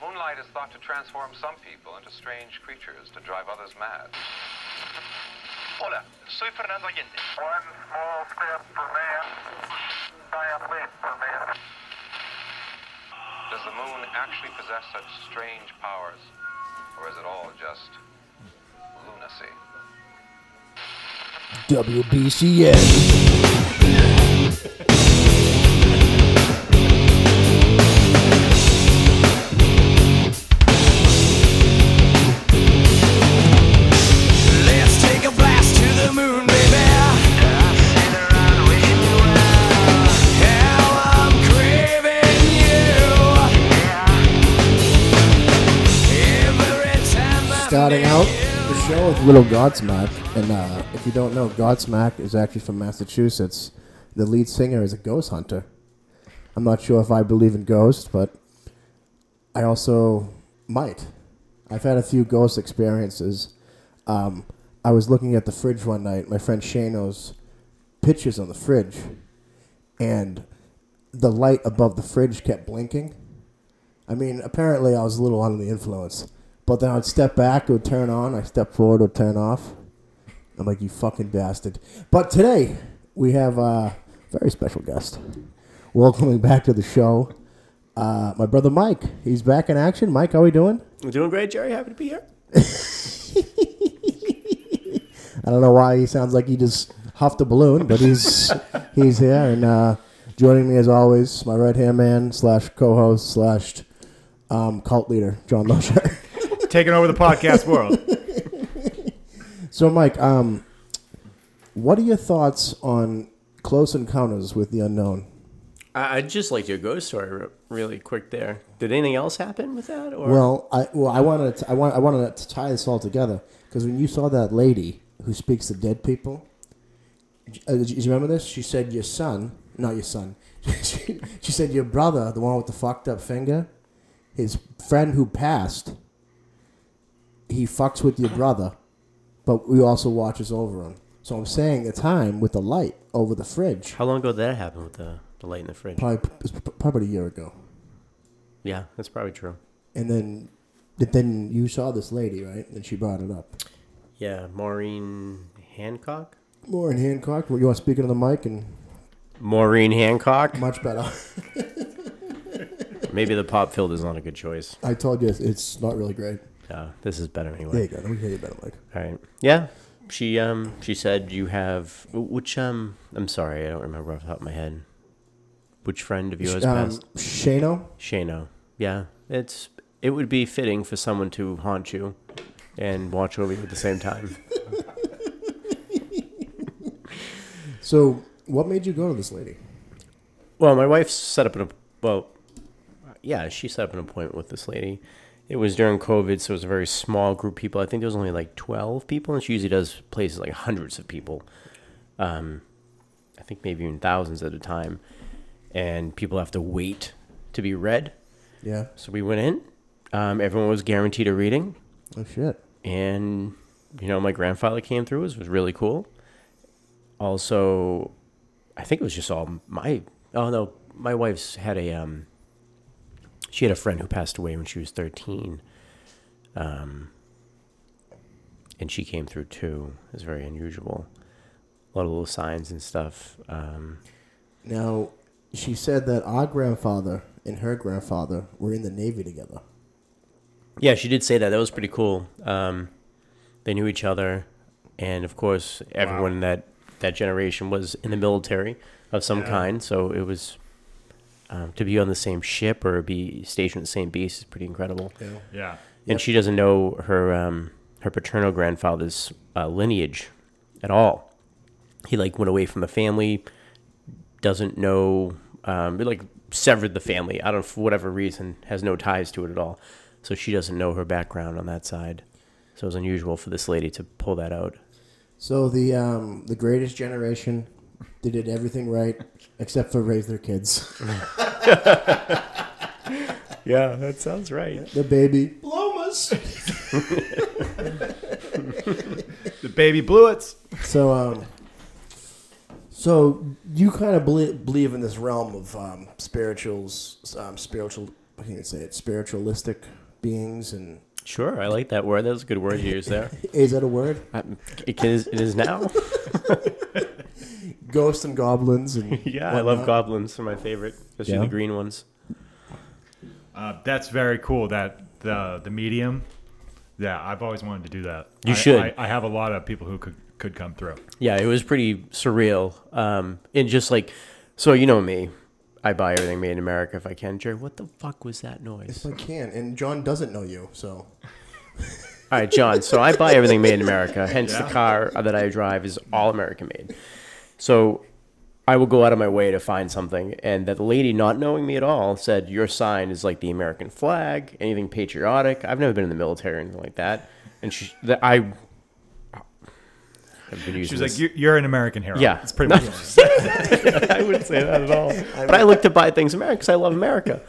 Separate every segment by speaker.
Speaker 1: sunlight is thought to transform some people into strange creatures to drive others mad.
Speaker 2: Hola, soy Fernando Allende.
Speaker 3: One small step for man, giant leap for man.
Speaker 1: Does the moon actually possess such strange powers? Or is it all just lunacy?
Speaker 4: WBCS.
Speaker 5: Let's take a blast to the moon, baby. Hell, I'm craving you. Every time I
Speaker 4: Starting
Speaker 5: meet
Speaker 4: out
Speaker 5: you.
Speaker 4: the show with Little Godsmack. And uh, if you don't know, Godsmack is actually from Massachusetts. The lead singer is a ghost hunter. I'm not sure if I believe in ghosts, but I also might. I've had a few ghost experiences. Um, I was looking at the fridge one night, my friend Shano's pictures on the fridge, and the light above the fridge kept blinking. I mean, apparently I was a little under the influence. But then I'd step back, it would turn on. I step forward, it would turn off. I'm like, you fucking bastard. But today, we have a very special guest. Welcoming back to the show, uh, my brother Mike. He's back in action. Mike, how we doing?
Speaker 6: I'm doing great, Jerry. Happy to be here.
Speaker 4: I don't know why he sounds like he just huffed a balloon, but he's he's here and uh, joining me as always, my right hand man slash co-host slash um, cult leader, John Losher.
Speaker 6: Taking over the podcast world.
Speaker 4: So, Mike, um, what are your thoughts on Close Encounters with the Unknown?
Speaker 6: I- I'd just like your ghost story re- really quick there. Did anything else happen with that? Or
Speaker 4: Well, I well, I wanted to, I want I wanted to tie this all together because when you saw that lady who speaks to dead people, uh, do you remember this? She said your son, not your son. she, she said your brother, the one with the fucked up finger, his friend who passed. He fucks with your brother, but he also watches over him. So I'm saying the time with the light over the fridge.
Speaker 6: how long ago did that happen with the, the light in the fridge?
Speaker 4: probably it was p- probably a year ago.
Speaker 6: Yeah, that's probably true.
Speaker 4: And then but then you saw this lady, right? And she brought it up.
Speaker 6: Yeah, Maureen Hancock.
Speaker 4: Lauren Hancock, you want to speak into the mic and
Speaker 6: Maureen Hancock.
Speaker 4: much better.
Speaker 6: Maybe the pop filled is not a good choice.
Speaker 4: I told you it's, it's not really great.
Speaker 6: Uh, this is better
Speaker 4: There
Speaker 6: anyway.
Speaker 4: you go. Let me hear you better, Mike.
Speaker 6: All right. Yeah. She um she said you have which um I'm sorry I don't remember off the top of my head. Which friend of yours
Speaker 4: Um,
Speaker 6: passed?
Speaker 4: Shano,
Speaker 6: Shano. Yeah, it's it would be fitting for someone to haunt you and watch over you at the same time.
Speaker 4: so what made you go to this lady?
Speaker 6: Well, my wife set up an app- well, yeah, she set up an appointment with this lady. It was during COVID, so it was a very small group of people. I think there was only like twelve people, and she usually does places like hundreds of people. Um, I think maybe even thousands at a time, and people have to wait to be read.
Speaker 4: Yeah.
Speaker 6: So we went in. Um, everyone was guaranteed a reading.
Speaker 4: Oh shit.
Speaker 6: and you know my grandfather came through was was really cool also i think it was just all my oh no my wife's had a um she had a friend who passed away when she was 13 um and she came through too it was very unusual a lot of little signs and stuff um
Speaker 4: Now she said that our grandfather and her grandfather were in the navy together.
Speaker 6: Yeah, she did say that. That was pretty cool. Um, they knew each other, and of course, everyone in that that generation was in the military of some kind. So it was um, to be on the same ship or be stationed at the same base is pretty incredible.
Speaker 7: Yeah.
Speaker 6: And she doesn't know her um, her paternal grandfather's uh, lineage at all. He like went away from the family. Doesn't know. Um, he, like severed the family. I don't for whatever reason has no ties to it at all. So she doesn't know her background on that side. So it was unusual for this lady to pull that out.
Speaker 4: So the um, the greatest generation, they did everything right except for raise their kids.
Speaker 6: Yeah, that sounds right.
Speaker 4: the baby.
Speaker 7: The baby Bluets.
Speaker 4: So, um, so you kind of believe, believe in this realm of um, spirituals, um, spiritual. I can't even say it. Spiritualistic beings and
Speaker 6: Sure, I like that word. That was a good word you used there.
Speaker 4: is that a word?
Speaker 6: I, it, is, it is now.
Speaker 4: Ghosts and goblins and
Speaker 6: yeah, I love goblins. They're my favorite, especially
Speaker 4: Yeah.
Speaker 6: the green ones.
Speaker 7: Uh, that's very cool. That the the medium. Yeah, I've always wanted to do that.
Speaker 6: You
Speaker 7: I-
Speaker 6: should.
Speaker 7: I, I have a lot of people who could could come through.
Speaker 6: Yeah, it was pretty surreal. Um, and just like, so you know me, I buy everything made in America if I can. Jerry, what the fuck was that noise?
Speaker 4: I can. And John doesn't know you,
Speaker 6: All
Speaker 4: so
Speaker 6: right, John. So I buy everything made in America. Hence, the car that I drive is all American made. So I will go out of my way to find something, and that lady, not knowing me at all, said, "Your sign is like the American flag. Anything patriotic. I've never been in the military or anything like that." And she, that I. I've been using
Speaker 7: She
Speaker 6: this-
Speaker 7: was like, "You're, you're an American hero."
Speaker 6: Yeah.
Speaker 7: it's pretty much. what she said.
Speaker 6: I wouldn't say that at all. But I like to buy things in America because I love America.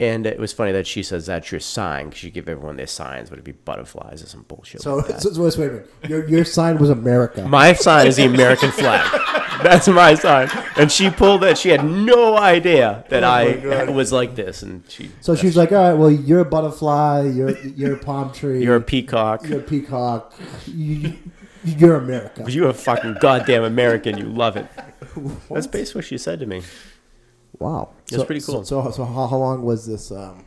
Speaker 6: And it was funny that she says that's your sign because you give everyone their signs, would it be butterflies or some bullshit?
Speaker 4: so,
Speaker 6: like that.
Speaker 4: so, so wait, wait, wait. Your your sign was America.
Speaker 6: my sign is the American flag. That's my sign. And she pulled that. She had no idea that I
Speaker 4: Oh God.
Speaker 6: was like this. And she,
Speaker 4: so she's like, all right, well, you're a butterfly, you're you're a palm tree,
Speaker 6: you're a peacock.
Speaker 4: you're a peacock, you, you're America.
Speaker 6: You're a fucking goddamn American. You love it. That's basically what she said to me.
Speaker 4: Wow,
Speaker 6: That's pretty cool.
Speaker 4: So, so, so how, how long was this? Um,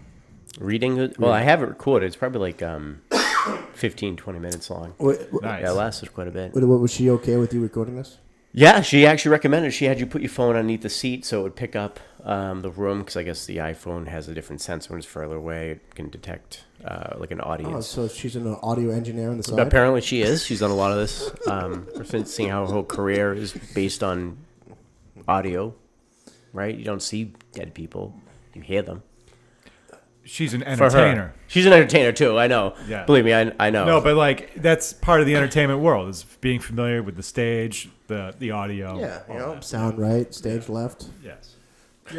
Speaker 6: Reading it. Well, I have it recorded. It's probably like um, 15, 20 minutes long.
Speaker 4: wait,
Speaker 7: Nice.
Speaker 6: Yeah, it lasted quite a bit.
Speaker 4: wait, was she okay with you recording this?
Speaker 6: Yeah, she actually recommended. She had you put your phone underneath the seat so it would pick up um, the room because I guess the iPhone has a different sensor when it's further away. It can detect uh, like an
Speaker 4: Oh,
Speaker 6: audience.
Speaker 4: so she's an audio engineer on the
Speaker 7: Oh,
Speaker 4: side.
Speaker 6: Apparently, she is. She's done a lot of this. Um, we're fin- seeing how her whole career is based on audio, right? You don't see dead people; you hear them.
Speaker 7: She's an
Speaker 6: For her,
Speaker 7: entertainer.
Speaker 6: she's an entertainer too. I know.
Speaker 7: Yeah.
Speaker 6: Believe me, I, I know.
Speaker 7: No, but like that's part of the entertainment world is being familiar with the stage, the the audio.
Speaker 4: yeah, you
Speaker 7: all
Speaker 4: know,
Speaker 7: that.
Speaker 4: sound right, stage left.
Speaker 7: Yes.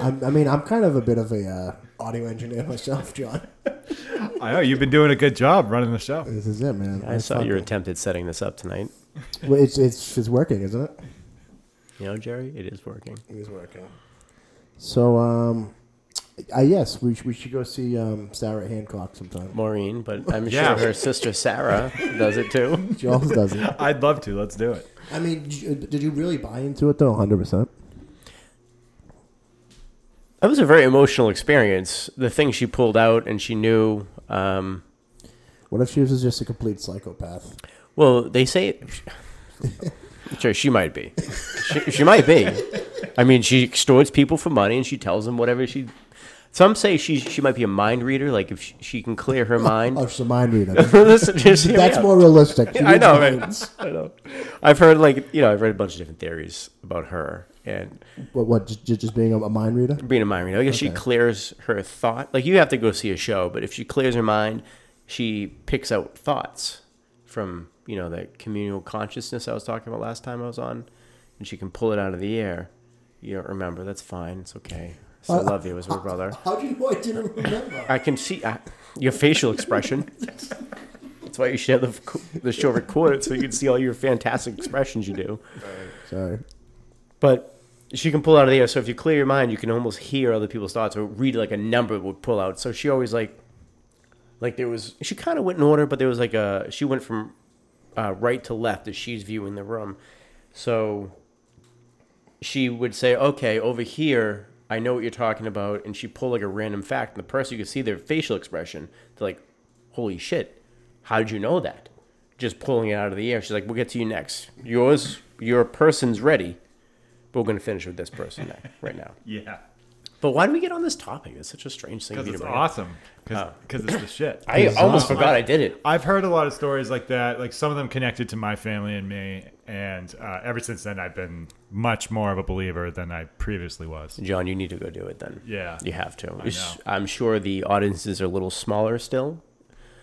Speaker 4: I'm, I mean, I'm kind of a bit of a uh, audio engineer myself, John.
Speaker 7: I know you've been doing a good job running the show.
Speaker 4: This is it, man.
Speaker 6: I saw your attempt at setting this up tonight.
Speaker 4: Well, it's, it's it's working, isn't it?
Speaker 6: You know, Jerry, it is working.
Speaker 4: It is working. So, um, I yes, we sh- we should go see um, Sarah Hancock sometime.
Speaker 6: Maureen, but I'm
Speaker 7: Yeah.
Speaker 6: sure her sister Sarah does it too.
Speaker 4: She always does it.
Speaker 7: I'd love to. Let's do it.
Speaker 4: I mean, did you- did you really buy into it though? 100. percent
Speaker 6: That was a very emotional experience. The thing she pulled out and she knew. Um,
Speaker 4: What if she was just a complete psychopath?
Speaker 6: well, they say. Sure, she might be. She, she might be. I mean, she extorts people for money and she tells them whatever she. Some say she she might be a mind reader. Like if she, she can clear her
Speaker 4: Oh,
Speaker 6: mind.
Speaker 4: she's a mind reader.
Speaker 6: Listen, just hear me
Speaker 4: That's
Speaker 6: out.
Speaker 4: more realistic. She
Speaker 6: I
Speaker 4: reads
Speaker 6: know,
Speaker 4: minds.
Speaker 6: right? I know. I've heard like you know I've read a bunch of different theories about her and
Speaker 4: What? What? Just, just being a, a mind reader?
Speaker 6: Brina Myron. I guess she
Speaker 4: Okay.
Speaker 6: clears her thought. Like you have to go see a show, but if she clears her mind, she picks out thoughts from you know that communal consciousness I was talking about last time I was on, and she can pull it out of the air. You don't remember? That's fine. It's okay. I still love you as her brother.
Speaker 4: How do you know I didn't remember?
Speaker 6: I can see I, your facial expression. That's why you should have the, the show recorded so you can see all your fantastic expressions you do
Speaker 4: Sorry.
Speaker 6: but she can pull out of the air. So if you clear your mind, you can almost hear other people's thoughts or read like a number would pull out. So she always like, like there was, she kind of went in order, but there was like a, she went from uh, right to left as she's viewing the room. So she would say, okay, over here, I know what you're talking about. And she pulled like a random fact. And the person, you could see their facial expression. They're like, holy shit, how did you know that? Just pulling it out of the air. She's like, we'll get to you next. Yours, your person's ready but we're going to finish with this person now, right now.
Speaker 7: Yeah,
Speaker 6: But why do we get on this topic? It's such a strange thing. to
Speaker 7: because
Speaker 6: be
Speaker 7: it's
Speaker 6: about.
Speaker 7: awesome. Because it's the shit.
Speaker 6: I almost forgot I did it.
Speaker 7: I've heard a lot of stories like that. Like some of them connected to my family and me. And uh, ever since then, I've been much more of a believer than I previously was.
Speaker 6: John, you need to go do it then.
Speaker 7: Yeah.
Speaker 6: You have to.
Speaker 7: know.
Speaker 6: I'm sure the audiences are a little smaller still,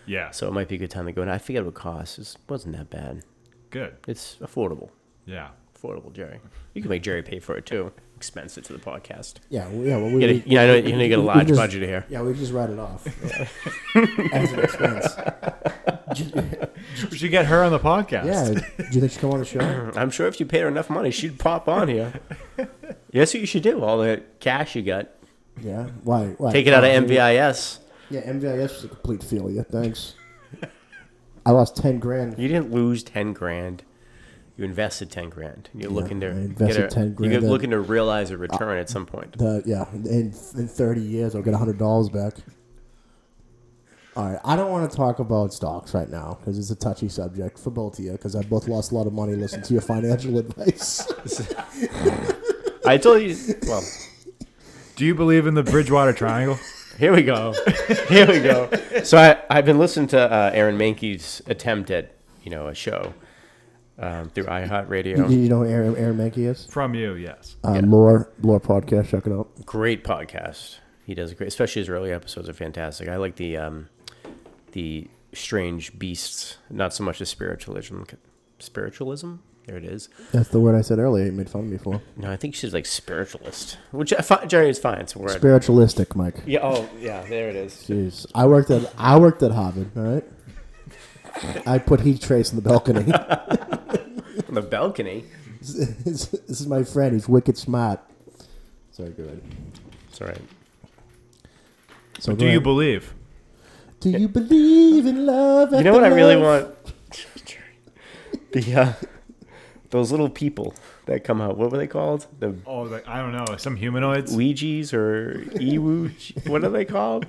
Speaker 7: Yeah.
Speaker 6: so it might be a good time to go. And I forget what it costs. It wasn't that bad.
Speaker 7: good.
Speaker 6: It's affordable.
Speaker 7: Yeah.
Speaker 6: Affordable, Jerry. You can make Jerry pay for it too. Expense it to the podcast.
Speaker 4: Yeah. well, yeah. Well, we,
Speaker 6: You,
Speaker 4: we-
Speaker 6: know, you know, I know you're going to get a
Speaker 4: we
Speaker 6: large
Speaker 4: just-
Speaker 6: budget here.
Speaker 4: Yeah, we just write it off as an expense.
Speaker 7: We should get her on the podcast.
Speaker 4: Yeah. Do you think she come on the show?
Speaker 6: I'm sure if you paid her enough money, she'd pop on here. Yes, what you should do. All the cash you got,
Speaker 4: Yeah. Why? Why?
Speaker 6: take it out of MVIS.
Speaker 4: Yeah, MJS is a complete failure. Thanks. I lost ten grand.
Speaker 6: You didn't lose ten grand. You invested ten grand. You're looking to
Speaker 4: I
Speaker 6: get
Speaker 4: invested
Speaker 6: a,
Speaker 4: 10 grand
Speaker 6: You're
Speaker 4: and-
Speaker 6: looking to realize a return at some point.
Speaker 4: The, yeah, in in thirty years, I'll get hundred dollars back. All right, I don't want to talk about stocks right now because it's a touchy subject for both of you because I both lost a lot of money listening to your financial advice.
Speaker 6: I told you. Well,
Speaker 7: Do you believe in the Bridgewater Triangle?
Speaker 6: here we go. Here we go. So I, I've been listening to uh, Aaron Mankey's attempt at you know a show um, through
Speaker 4: you,
Speaker 6: iHeartRadio.
Speaker 4: you know who Aaron, Aaron Mankey is?
Speaker 7: From you, yes.
Speaker 4: Uh, Lore, Lore podcast, check it out.
Speaker 6: Great podcast. He does a great, especially his early episodes are fantastic. I like the um, the strange beasts, not so much the spiritualism. Spiritualism. There it is.
Speaker 4: That's the word I said earlier. You made fun of me for
Speaker 6: No, I think she's like spiritualist, which I fi- Jerry is fine. It's a word.
Speaker 4: spiritualistic, Mike.
Speaker 6: yeah. Oh, yeah. There it is.
Speaker 4: Jeez, I worked at I worked at Harvard. All right, I put heat trace in the balcony.
Speaker 6: On the balcony.
Speaker 4: this this is my friend. He's wicked smart. So good.
Speaker 6: It's all right.
Speaker 4: So
Speaker 7: Do
Speaker 4: go
Speaker 7: you
Speaker 4: ahead.
Speaker 7: believe?
Speaker 4: Do you believe in love?
Speaker 6: You know what I really want? The uh, those little people that come out. What were they called? The
Speaker 7: Oh, like, I don't know. Some humanoids.
Speaker 6: Ouija's or Ewu? What are they called?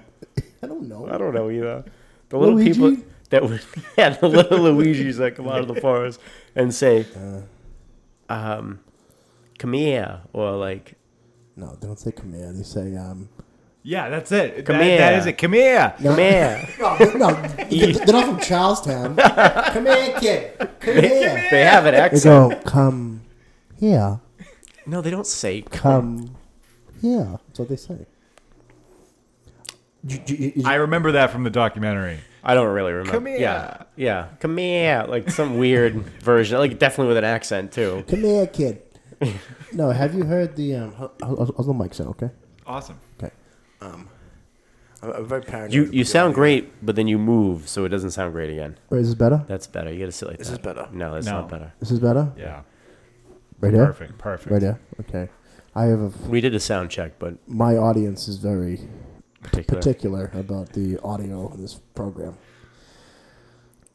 Speaker 4: I don't know.
Speaker 6: I don't know either. The little
Speaker 4: Luigi?
Speaker 6: people that would yeah, the little Luigi's that come out of the forest and say, um,
Speaker 4: Uh.
Speaker 6: "Come here," or like,
Speaker 4: No, they don't say come here. They say um.
Speaker 7: yeah, that's it.
Speaker 6: Come
Speaker 7: that, that
Speaker 6: here.
Speaker 7: is it. Come here.
Speaker 6: "Come here."
Speaker 4: No, no, they- they're not from Charlestown. come here, kid. Come here.
Speaker 6: They have an
Speaker 4: They
Speaker 6: accent.
Speaker 4: go come here,
Speaker 6: No, they don't say.
Speaker 4: come here. That's what they say. You- you- you- you-
Speaker 7: I remember that from the documentary.
Speaker 6: I don't really remember.
Speaker 7: Come here.
Speaker 6: Yeah, yeah. Come here, like some weird version, like definitely with an accent too.
Speaker 4: Come here, kid. no, have you heard the um? I'll, I'll, I'll mic sound, okay?
Speaker 7: Awesome.
Speaker 4: Okay. Um, I'm, I'm very paranoid.
Speaker 6: You you sound great, but then you move, so it doesn't sound great again.
Speaker 4: Wait, is this better?
Speaker 6: That's better. You gotta sit like this
Speaker 4: is better.
Speaker 6: No, that's
Speaker 7: No.
Speaker 6: not better.
Speaker 4: This is better.
Speaker 7: Yeah.
Speaker 4: Right here.
Speaker 7: Perfect. Perfect.
Speaker 4: Right here. Okay. I have a.
Speaker 6: We did a sound check, but
Speaker 4: My audience is very
Speaker 6: particular.
Speaker 4: particular about the audio of this program.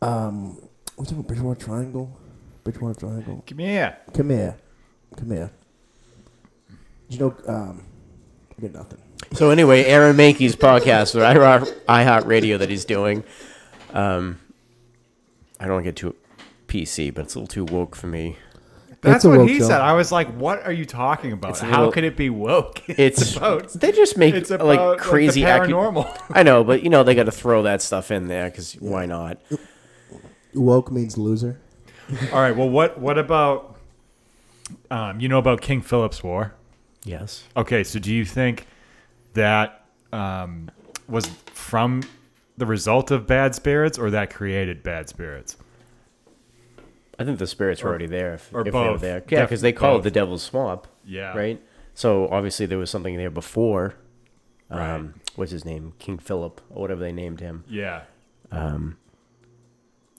Speaker 4: Um, what's it called? Bridgewater Triangle? Bridgewater Triangle.
Speaker 7: Come here.
Speaker 4: Come here. Come here. You know, um, I get nothing.
Speaker 6: So anyway, Aaron Mankey's podcast with iHeart- iHeartRadio that he's doing. Um, I don't get too PC, but it's a little too woke for me.
Speaker 7: That's
Speaker 4: a
Speaker 7: what
Speaker 4: woke
Speaker 7: he
Speaker 4: show.
Speaker 7: said. I was like, "What are you talking about?
Speaker 6: a
Speaker 7: How
Speaker 6: little-
Speaker 7: could it be woke?"
Speaker 6: It's
Speaker 7: about-
Speaker 6: they just make
Speaker 7: it's about, like,
Speaker 6: like
Speaker 7: the
Speaker 6: crazy accu-
Speaker 7: paranormal.
Speaker 6: I know, but you know they got to throw that stuff in there because why not?
Speaker 4: Woke means loser.
Speaker 7: All right. Well, what what about um, you know about King Philip's War?
Speaker 6: Yes.
Speaker 7: Okay, so do you think that um, was from the result of bad spirits, or that created bad spirits?
Speaker 6: I think the spirits were already there. If,
Speaker 7: or
Speaker 6: if They were
Speaker 7: both.
Speaker 6: there. Yeah,
Speaker 7: Def-
Speaker 6: because they call
Speaker 7: both.
Speaker 6: it the Devil's Swamp.
Speaker 7: Yeah.
Speaker 6: Right? So obviously there was something there before. Um,
Speaker 7: Right.
Speaker 6: What's his name? King Philip, or whatever they named him.
Speaker 7: Yeah.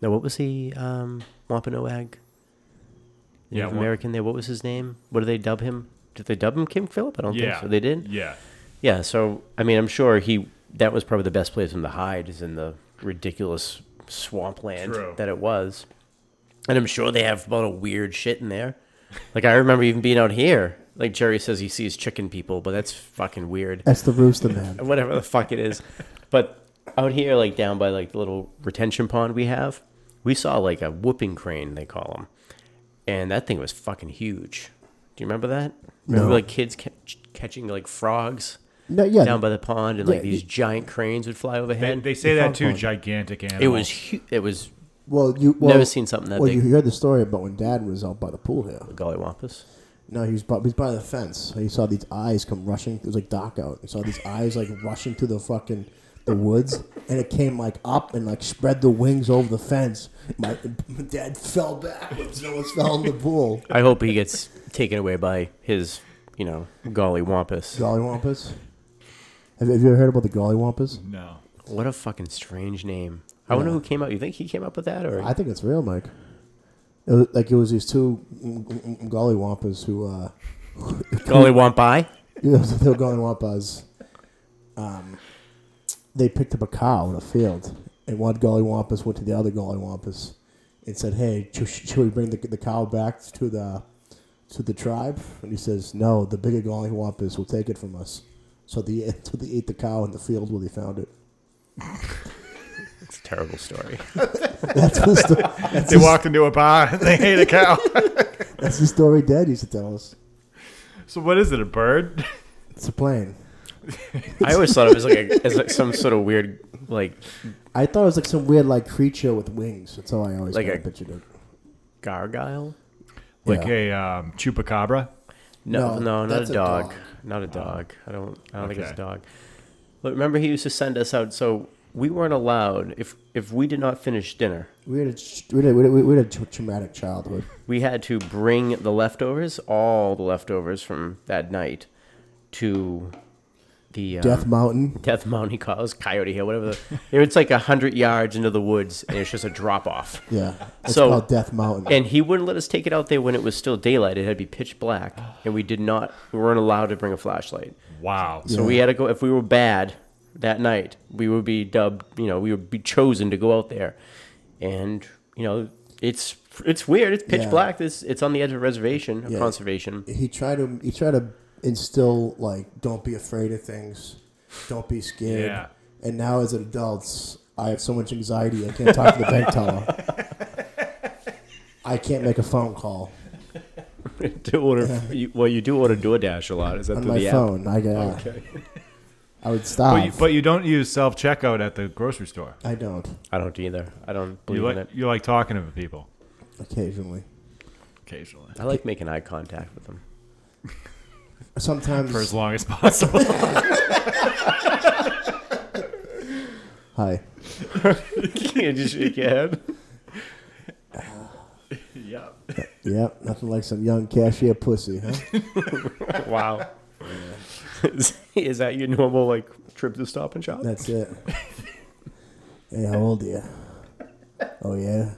Speaker 6: No, what was he? Um, Wampanoag?
Speaker 7: Yeah,
Speaker 6: Native
Speaker 7: Wa-
Speaker 6: American there. What was his name? What did they dub him? Did they dub him King Philip? I don't
Speaker 7: Yeah.
Speaker 6: think so. They did?
Speaker 7: Yeah.
Speaker 6: Yeah, so I mean, I'm sure he that was probably the best place for him to hide is in the ridiculous swampland
Speaker 7: True.
Speaker 6: that it was, and I'm sure they have a lot of weird shit in there. Like I remember even being out here. Like Jerry says, he sees chicken people, but that's fucking weird.
Speaker 4: That's the rooster man.
Speaker 6: Whatever the fuck it is, but out here, like down by like the little retention pond we have, we saw like a whooping crane they call them, and that thing was fucking huge. Do you remember that? Remember
Speaker 4: No.
Speaker 6: like kids ca- catching like frogs
Speaker 4: No, yeah.
Speaker 6: down by the pond, and
Speaker 4: Yeah,
Speaker 6: like these giant cranes would fly
Speaker 7: They,
Speaker 6: overhead.
Speaker 7: they say that too.
Speaker 4: Fun.
Speaker 7: Gigantic animals.
Speaker 6: it was hu- it was
Speaker 4: Well, you well,
Speaker 6: Never seen something that
Speaker 4: well,
Speaker 6: big.
Speaker 4: you heard the story about when Dad was out by the pool here.
Speaker 6: gollywampus.
Speaker 4: No, he was by, he was by the fence. He saw these eyes come rushing. It was like dark out. He saw these eyes like rushing through the fucking the woods, and it came like up and like spread the wings over the fence. My, my dad fell backwards. No one fell in the pool.
Speaker 6: I hope he gets taken away by his you know gollywampus.
Speaker 4: Gollywampus. Have, have you ever heard about the Gollywampus?
Speaker 7: no.
Speaker 6: What a fucking strange name. I wonder who came up. You think he came up with that, or
Speaker 4: I think it's real, Mike. It was, like it was these two mm, mm, mm, Gollywampus who. Uh,
Speaker 6: gollywampi?
Speaker 4: Yeah, they were going up as, um, they picked up a cow in a field, and one Gollywampus went to the other Gollywampus and said, "Hey, sh- sh- should we bring the, the cow back to the to the tribe?" And he says, "No, the bigger Gollywampus will take it from us." So they so they ate the cow in the field where they found it.
Speaker 6: It's a terrible story.
Speaker 4: That's the, sto- that's
Speaker 7: They
Speaker 4: the,
Speaker 7: walked into a bar and they ate a cow.
Speaker 4: that's the story Dad used to tell us.
Speaker 7: so what is it? A bird?
Speaker 4: It's a plane.
Speaker 6: I always thought it was like a, as like some sort of weird like
Speaker 4: I thought it was like some weird like creature with wings. That's how I always
Speaker 6: Like
Speaker 4: kinda
Speaker 6: a-
Speaker 4: pictured it.
Speaker 6: gargoyle.
Speaker 7: Like
Speaker 4: Yeah.
Speaker 7: a um, chupacabra?
Speaker 6: No,
Speaker 4: No,
Speaker 6: no, not
Speaker 4: that's
Speaker 6: a
Speaker 4: a
Speaker 6: dog.
Speaker 4: dog.
Speaker 6: Not a dog. I don't. I don't think it's a
Speaker 7: Okay.
Speaker 6: dog. But remember, he used to send us out, so we weren't allowed if if we did not finish dinner,
Speaker 4: We had a ch- we had a, we had a, we had a tra- traumatic childhood.
Speaker 6: we had to bring the leftovers, all the leftovers from that night, to the um,
Speaker 7: Uh-huh.
Speaker 4: Death Mountain.
Speaker 6: Death Mountain. He calls Coyote Hill, whatever. The, it was like hundred yards into the woods, and it's just a drop off.
Speaker 4: Yeah. It's
Speaker 6: So-
Speaker 4: called Death Mountain.
Speaker 6: And he wouldn't let us take it out there when it was still daylight. It had to be pitch black, and we did not. We weren't allowed to bring a flashlight.
Speaker 7: Wow.
Speaker 6: So we had to go. If we were bad that night, we would be dubbed. You know, we would be chosen to go out there, and you know, it's it's weird. It's pitch
Speaker 4: Yeah.
Speaker 6: black. This it's on the edge of reservation, of
Speaker 4: Yeah.
Speaker 6: conservation.
Speaker 4: he tried to he tried to instill like don't be afraid of things, don't be scared.
Speaker 7: Yeah.
Speaker 4: And now as adults, I have so much anxiety I can't talk to the bank teller. I can't make a phone call
Speaker 6: do order, you, well, you do order DoorDash a lot. Is that
Speaker 4: on
Speaker 6: through
Speaker 4: my
Speaker 6: the app?
Speaker 4: phone. I got I would stop.
Speaker 7: But you, but you don't use self checkout at the grocery store.
Speaker 4: I don't
Speaker 6: I don't either. I don't believe
Speaker 7: You
Speaker 6: in
Speaker 7: like
Speaker 6: it.
Speaker 7: you like talking to people
Speaker 4: occasionally.
Speaker 7: occasionally
Speaker 6: I like making eye contact with them.
Speaker 4: Sometimes
Speaker 7: for as long as possible.
Speaker 4: hi.
Speaker 6: you just shake your head.
Speaker 7: yeah.
Speaker 4: Yep, nothing like some young cashier pussy, huh?
Speaker 6: Wow. is, is that your normal like trip to Stop and Shop?
Speaker 4: That's it. hey, how old are you? Oh yeah.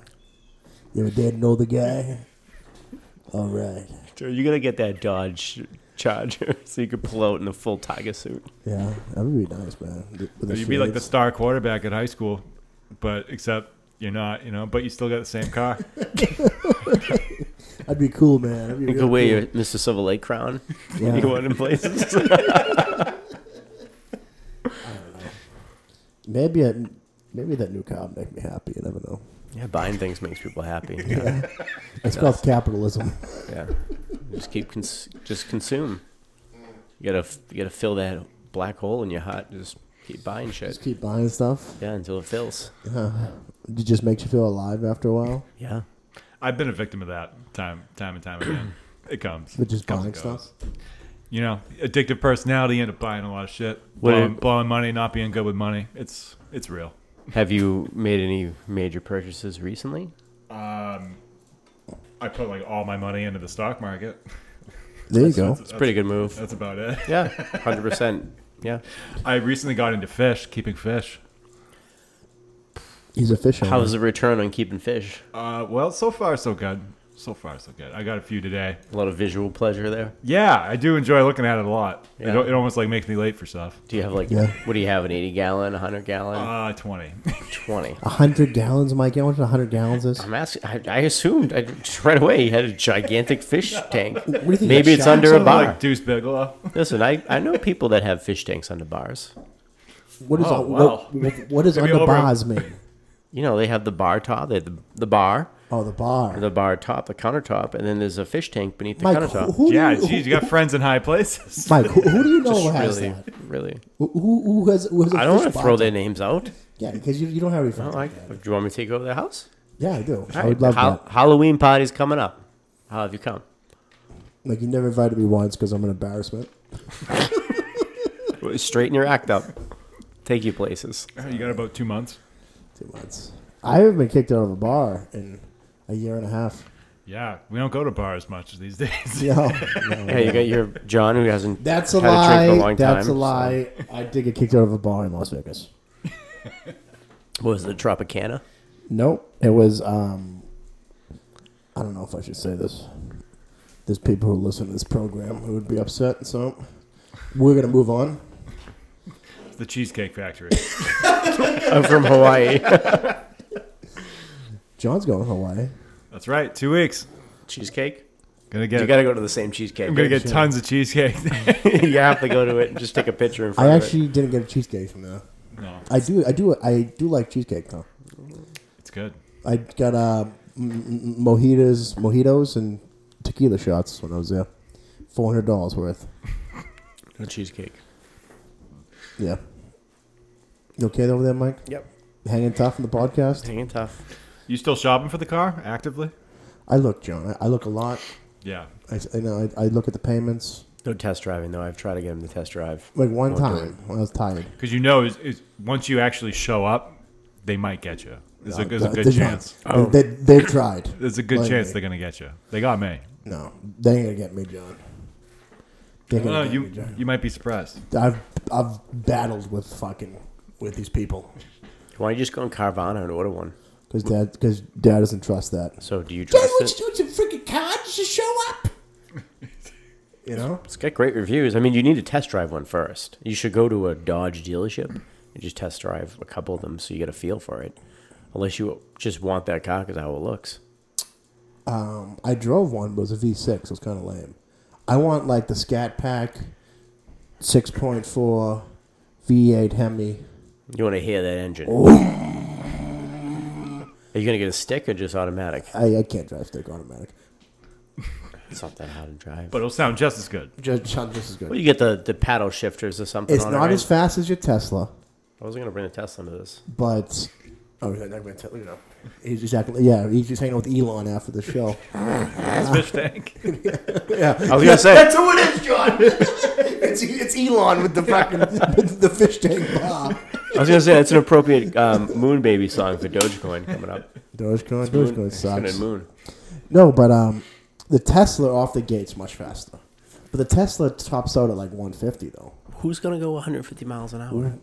Speaker 4: You ever dated an older guy? All right.
Speaker 6: Dude, You're gonna get that Dodge Charger so you could pull out in a full tiger suit.
Speaker 4: Yeah, that would be nice, man. Th- with the
Speaker 7: You'd be like the
Speaker 4: shades.
Speaker 7: star quarterback at high school, but except you're not, you know, but you still got the same car.
Speaker 4: I'd be cool, man. I'd be
Speaker 6: You
Speaker 4: real
Speaker 6: could wear your
Speaker 4: cool.
Speaker 6: Mr. Silver Lake crown.
Speaker 4: Yeah.
Speaker 6: You go out in places.
Speaker 4: Maybe a, maybe that new car would make me happy. You never know.
Speaker 6: yeah, buying things makes people happy. Yeah,
Speaker 4: It's called capitalism.
Speaker 6: yeah. just keep cons- just consume. You gotta f- you gotta fill that black hole in your heart. Just keep buying shit.
Speaker 4: Just keep buying stuff.
Speaker 6: Yeah, until it fills.
Speaker 4: It just makes you feel alive after a while.
Speaker 6: Yeah.
Speaker 7: I've been a victim of that time, time and time again. It comes.
Speaker 4: But just
Speaker 7: Comes
Speaker 4: buying
Speaker 7: and goes.
Speaker 4: stuff.
Speaker 7: You know, addictive personality. End up buying a lot of shit,
Speaker 6: What
Speaker 7: blowing,
Speaker 6: did-
Speaker 7: blowing money, not being good with money. It's it's real.
Speaker 6: Have you made any major purchases recently?
Speaker 7: I put like all my money into the stock market.
Speaker 4: There you go.
Speaker 6: It's a pretty good move.
Speaker 7: That's about it.
Speaker 6: Yeah, hundred percent. Yeah.
Speaker 7: I recently got into fish, keeping fish.
Speaker 4: He's a fish owner.
Speaker 6: How's the return on keeping fish?
Speaker 7: Uh, well, so far so good. So far so good. I got a few today.
Speaker 6: A lot of visual pleasure there.
Speaker 7: Yeah, I do enjoy looking at it a lot. It,
Speaker 6: Yeah.
Speaker 7: it almost like makes me late for stuff.
Speaker 6: Do you have like
Speaker 4: Yeah.
Speaker 6: what do you have? An eighty gallon, a hundred gallon,
Speaker 7: Uh, twenty.
Speaker 6: twenty?
Speaker 4: A hundred gallons, Mike. You know what hundred gallons is?
Speaker 6: I'm asking. I, I assumed I, just right away he had a gigantic fish tank.
Speaker 4: do you think,
Speaker 6: Maybe
Speaker 4: a
Speaker 6: it's
Speaker 4: shark?
Speaker 6: under a
Speaker 7: Something
Speaker 6: bar.
Speaker 7: like Deuce Bigelow.
Speaker 6: Listen, I, I know people that have fish tanks under bars.
Speaker 4: What is
Speaker 7: Oh,
Speaker 4: a-
Speaker 7: wow.
Speaker 4: what, what, what does
Speaker 7: Maybe
Speaker 4: under
Speaker 7: over a-
Speaker 4: bars mean?
Speaker 6: You know, they have the bar top, they have the, the bar,
Speaker 4: Oh, the bar.
Speaker 6: the bar top, the countertop, and then there's a fish tank beneath the
Speaker 4: Mike, who,
Speaker 6: countertop.
Speaker 4: who
Speaker 7: Yeah,
Speaker 4: do you,
Speaker 7: geez, you got friends in high places.
Speaker 4: Mike, who, who do you know has
Speaker 6: really,
Speaker 4: that?
Speaker 6: really.
Speaker 4: Who, who who has? Who has a
Speaker 6: I don't
Speaker 4: fish
Speaker 6: want to throw
Speaker 4: bar?
Speaker 6: their names out.
Speaker 4: Yeah, because you, you don't have any
Speaker 6: I
Speaker 4: friends.
Speaker 6: don't like- do you want me to take over their house?
Speaker 4: yeah, I do. I
Speaker 6: All right,
Speaker 4: would love
Speaker 6: the Hal-
Speaker 4: that.
Speaker 6: Halloween party's coming up. How have you come?
Speaker 4: Like you never invited me once because I'm an embarrassment.
Speaker 6: Straighten your act up. Take you places.
Speaker 7: you got about two months.
Speaker 4: Two months. I haven't been kicked out of a bar in a year and a half.
Speaker 7: Yeah, we don't go to bars much these days.
Speaker 4: No, no.
Speaker 6: Yeah, you got your John who hasn't
Speaker 4: That's a
Speaker 6: had a drink in a
Speaker 4: lie.
Speaker 6: long
Speaker 4: That's
Speaker 6: time,
Speaker 4: a lie. I did get kicked out of a bar in Las Vegas.
Speaker 6: so- What was the Tropicana?
Speaker 4: Nope. It was. Um, I don't know if I should say this. There's people who listen to this program who would be upset. So we're gonna move on.
Speaker 7: the Cheesecake Factory.
Speaker 6: I'm from Hawaii.
Speaker 4: John's going to Hawaii.
Speaker 7: That's right. Two weeks.
Speaker 6: cheesecake?
Speaker 7: Gonna get.
Speaker 6: You got to go to the same cheesecake.
Speaker 7: I'm gonna get tons of cheesecake.
Speaker 6: you have to go to it and just take a picture in front
Speaker 4: I
Speaker 6: of it.
Speaker 4: actually didn't get a cheesecake from there.
Speaker 7: no,
Speaker 4: I do, I do, I do like cheesecake though.
Speaker 7: it's good.
Speaker 4: I got uh, m- m- mojitos, mojitos, and tequila shots when I was there. Four hundred dollars worth.
Speaker 6: A cheesecake.
Speaker 4: Yeah. You okay over there, Mike?
Speaker 6: Yep.
Speaker 4: Hanging tough in the podcast.
Speaker 6: Hanging tough.
Speaker 7: You still shopping for the car actively?
Speaker 4: I look, John. I, I look a lot.
Speaker 7: Yeah.
Speaker 4: I, s- you know, I, I look at the payments.
Speaker 6: No test driving though. I've tried to get him to test drive.
Speaker 4: Like one
Speaker 6: Won't do
Speaker 4: time when I was tired.
Speaker 7: Because you know, is, is once you actually show up, they might get you. There's, a, there's a
Speaker 4: Uh,
Speaker 7: good
Speaker 4: they-
Speaker 7: chance.
Speaker 6: Oh.
Speaker 4: They, they, have tried.
Speaker 7: There's a good
Speaker 4: Believe
Speaker 7: chance
Speaker 4: me.
Speaker 7: they're gonna get you. They got me.
Speaker 4: No, they ain't gonna get me, John. They ain't
Speaker 7: No,
Speaker 4: gonna
Speaker 7: no,
Speaker 4: get me,
Speaker 7: you
Speaker 4: John.
Speaker 7: you might be surprised.
Speaker 4: I've I've battled with fucking with these people
Speaker 6: Why don't you just go on Carvana and order one?
Speaker 4: because dad because dad doesn't trust that.
Speaker 6: So do you trust it?
Speaker 4: you do some freaking cards to show up? you know,
Speaker 6: It's got great reviews. I mean, you need to test drive one first. You should go to a Dodge dealership and just test drive a couple of them so you get a feel for it. Unless you just want that car because how it looks.
Speaker 4: I drove one, but it was a V6. It was kind of lame. I want like the Scat Pack, six point four, V8 Hemi.
Speaker 6: You want to hear that engine. Are you going to get a stick or just automatic?
Speaker 4: I, I can't drive stick automatic.
Speaker 6: It's not that hard to drive.
Speaker 7: But it'll sound just as good.
Speaker 4: Just, just as good.
Speaker 6: well, you get the, the paddle shifters or something.
Speaker 4: It's
Speaker 6: on it,
Speaker 4: not
Speaker 6: right?
Speaker 4: as fast as your Tesla,
Speaker 6: I wasn't going to bring a Tesla into this.
Speaker 4: but oh, he's not going to tell you know. He's exactly yeah. He's just hanging out with Elon after the show.
Speaker 7: Fish tank.
Speaker 6: I was going to say,
Speaker 4: who it is, John. it's it's Elon with the fucking with the fish tank bar.
Speaker 6: I was going to say that's an appropriate um, Moon Baby song for Dogecoin coming up.
Speaker 4: Dogecoin,
Speaker 6: Moon-
Speaker 4: Dogecoin
Speaker 6: it's gonna
Speaker 4: sucks.
Speaker 6: Moon.
Speaker 4: No, but um, the Tesla off the gates much faster. But the Tesla tops out at like 150 though.
Speaker 6: Who's going to go 150 miles an hour?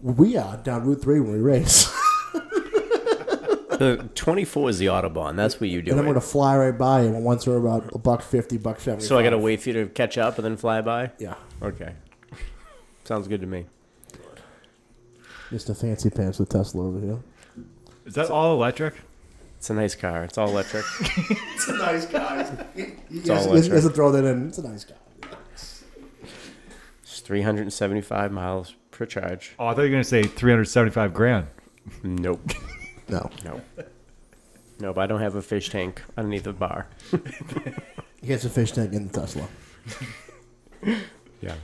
Speaker 4: We are down Route Three when we race,
Speaker 6: The 24 is the Autobahn. That's what you do.
Speaker 4: and I'm
Speaker 6: it.
Speaker 4: going to fly right by you once we're about a buck fifty, buck seventy.
Speaker 6: So I got to wait for you to catch up and then fly by?
Speaker 4: yeah,
Speaker 6: Okay. Sounds good to me.
Speaker 4: just a fancy pants with Tesla over here.
Speaker 7: Is that all electric?
Speaker 6: It's a nice car. It's all electric.
Speaker 4: It's a nice guy. It's
Speaker 6: all
Speaker 4: Let's
Speaker 6: electric.
Speaker 4: let's throw that in. It's a nice guy.
Speaker 6: It's 375 miles per charge.
Speaker 7: Oh, I thought you were gonna say 375 grand.
Speaker 6: Nope.
Speaker 4: No,
Speaker 6: Nope. Nope. I don't have a fish tank underneath the bar.
Speaker 4: he has a fish tank in the Tesla.
Speaker 6: Yeah.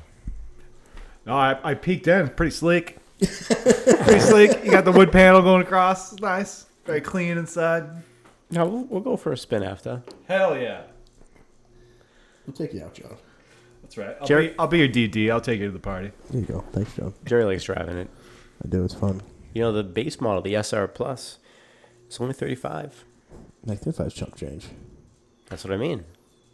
Speaker 7: No, I, I peeked in. Pretty sleek. Pretty sleek. You got the wood panel going across. It's nice. Very clean inside.
Speaker 6: No, we'll, we'll go for a spin after.
Speaker 7: Hell yeah.
Speaker 4: We'll take you out, John.
Speaker 7: That's right. I'll,
Speaker 6: Jerry-
Speaker 7: be, I'll be your DD. I'll take you to the party.
Speaker 4: There you go. Thanks, John.
Speaker 6: Jerry likes driving it.
Speaker 4: I do. It's fun.
Speaker 6: You know, the base model, the SR Plus, it's only 35.
Speaker 4: Like this is chump change.
Speaker 6: That's what I mean.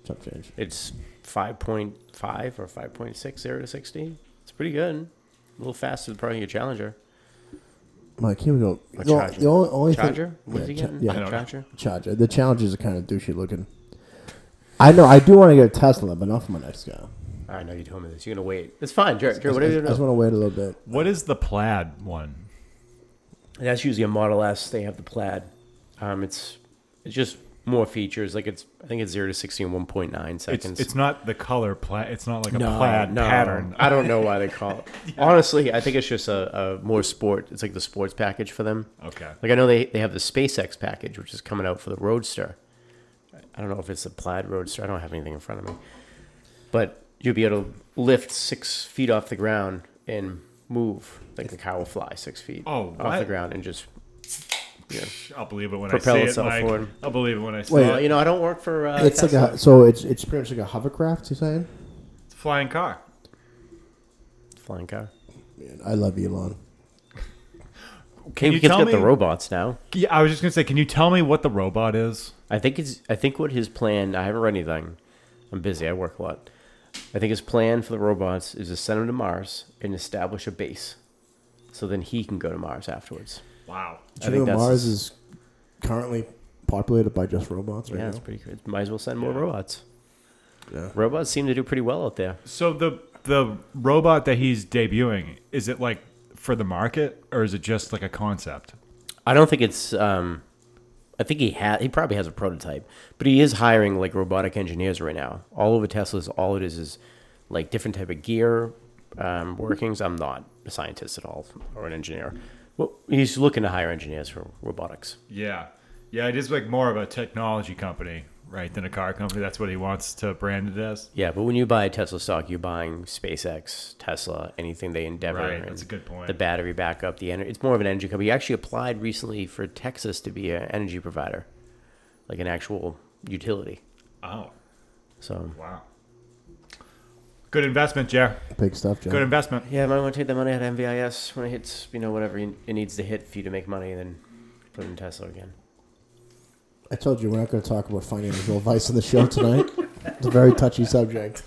Speaker 4: Chump change.
Speaker 6: It's 5.5 or 5.6 0 to 60. It's pretty good. A little faster than probably your Challenger.
Speaker 4: Mike, here we go.
Speaker 6: A
Speaker 4: The o-
Speaker 6: Charger.
Speaker 4: The only, only thing-
Speaker 6: Charger? What is he
Speaker 4: cha-
Speaker 6: getting?
Speaker 4: yeah,
Speaker 6: A
Speaker 7: don't know.
Speaker 6: Charger?
Speaker 4: Charger. The challenges are kind of douchey looking. I know. I do want to get a Tesla, but not for my next guy.
Speaker 6: I know you told me this. You're gonna wait. It's fine, Jerry. Jerry
Speaker 4: I,
Speaker 6: whatever you
Speaker 4: I just
Speaker 6: do.
Speaker 4: want to wait a little bit.
Speaker 7: What is the plaid one?
Speaker 6: That's usually a Model S. They have the plaid. Um, it's it's just more features. Like it's I think it's zero to sixty in one point nine
Speaker 7: It's,
Speaker 6: seconds.
Speaker 7: it's not the color plaid. It's not like a plaid pattern.
Speaker 6: I don't know why they call it. Honestly, I think it's just a, a more sport. It's like the sports package for them.
Speaker 7: Okay.
Speaker 6: Like I know they, they have the SpaceX package, which is coming out for the Roadster. I don't know if it's the plaid Roadster. I don't have anything in front of me. But you'll be able to lift six feet off the ground and move. Like the cow will fly six feet
Speaker 7: Oh,
Speaker 6: off the
Speaker 7: what?
Speaker 6: ground and just. Yeah.
Speaker 7: I'll believe it when
Speaker 6: Propel
Speaker 7: I see
Speaker 6: itself
Speaker 7: it. Mike.
Speaker 6: forward.
Speaker 7: I'll believe it when I see
Speaker 4: Wait.
Speaker 7: it.
Speaker 6: Well, you know, I don't work for. Uh,
Speaker 4: It's like
Speaker 6: Tesla.
Speaker 4: a so it's it's pretty much like a hovercraft. You saying?
Speaker 7: It's a flying car.
Speaker 6: flying car.
Speaker 4: Man, I love Elon.
Speaker 6: Can
Speaker 7: you
Speaker 6: we get
Speaker 7: tell
Speaker 6: the
Speaker 7: me-
Speaker 6: robots now?
Speaker 7: Yeah, I was just gonna say, can you tell me what the robot is?
Speaker 6: I think it's. I think what his plan. I haven't read anything. I'm busy. I work a lot. I think his plan for the robots is to send them to Mars and establish a base, so then he can go to Mars afterwards.
Speaker 7: Wow.
Speaker 4: Do you
Speaker 6: think
Speaker 4: know
Speaker 6: that's-
Speaker 4: Mars is currently populated by just robots right
Speaker 6: Yeah,
Speaker 4: now?
Speaker 6: it's pretty good. Might as well send more robots.
Speaker 4: Yeah.
Speaker 6: Robots seem to do pretty well out there.
Speaker 7: So the the robot that he's debuting is it like for the market, or is it just like a concept?
Speaker 6: I don't think it's. Um, I think he ha- he probably has a prototype, but he is hiring like robotic engineers right now all over Tesla's. All it is is like different type of gear um, workings. I'm not a scientist at all or an engineer. Well, he's looking to hire engineers for robotics.
Speaker 7: Yeah, yeah, it is like more of a technology company, right, than a car company. That's what he wants to brand it as.
Speaker 6: Yeah, but when you buy Tesla stock, you're buying SpaceX, Tesla, anything they endeavor.
Speaker 7: Right, that's
Speaker 6: in.
Speaker 7: a good point.
Speaker 6: The battery backup, the energy. It's more of an energy company. He actually applied recently for Texas to be an energy provider, like an actual utility.
Speaker 7: Oh,
Speaker 6: So
Speaker 7: wow. Good investment, Jer.
Speaker 4: Big stuff, Joe.
Speaker 7: Good investment.
Speaker 6: yeah, I might want to take that money out of MVIS when it hits, you know, whatever it needs to hit for you to make money, and then put it in Tesla again.
Speaker 4: I told you we're not going to talk about financial advice on the show tonight. it's a very touchy subject.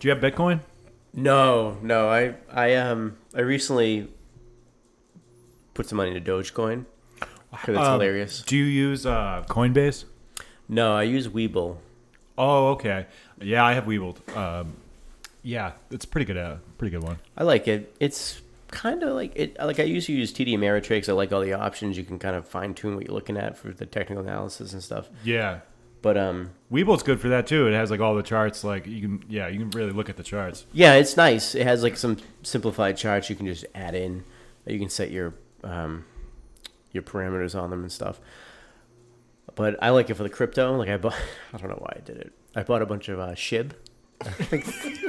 Speaker 7: Do you have Bitcoin?
Speaker 6: No, no, I, I, um, I recently put some money into Dogecoin because it's
Speaker 7: Um,
Speaker 6: hilarious.
Speaker 7: Do you use uh, Coinbase?
Speaker 6: No, I use Weeble.
Speaker 7: Oh, okay. Yeah, I have Weebled. Um, yeah, it's a pretty good. Uh, pretty good one.
Speaker 6: I like it. It's kind of like it. Like I used to use TD Ameritrade. 'cause I like all the options. You can kind of fine tune what you're looking at for the technical analysis and stuff.
Speaker 7: Yeah,
Speaker 6: But um,
Speaker 7: Weeble's good for that too. It has like all the charts. Like you can, yeah, you can really look at the charts.
Speaker 6: yeah, it's nice. It has like some simplified charts you can just add in. You can set your um, your parameters on them and stuff. But I like it for the crypto. Like I bought. I don't know why I did it. I bought a bunch of uh, Shib.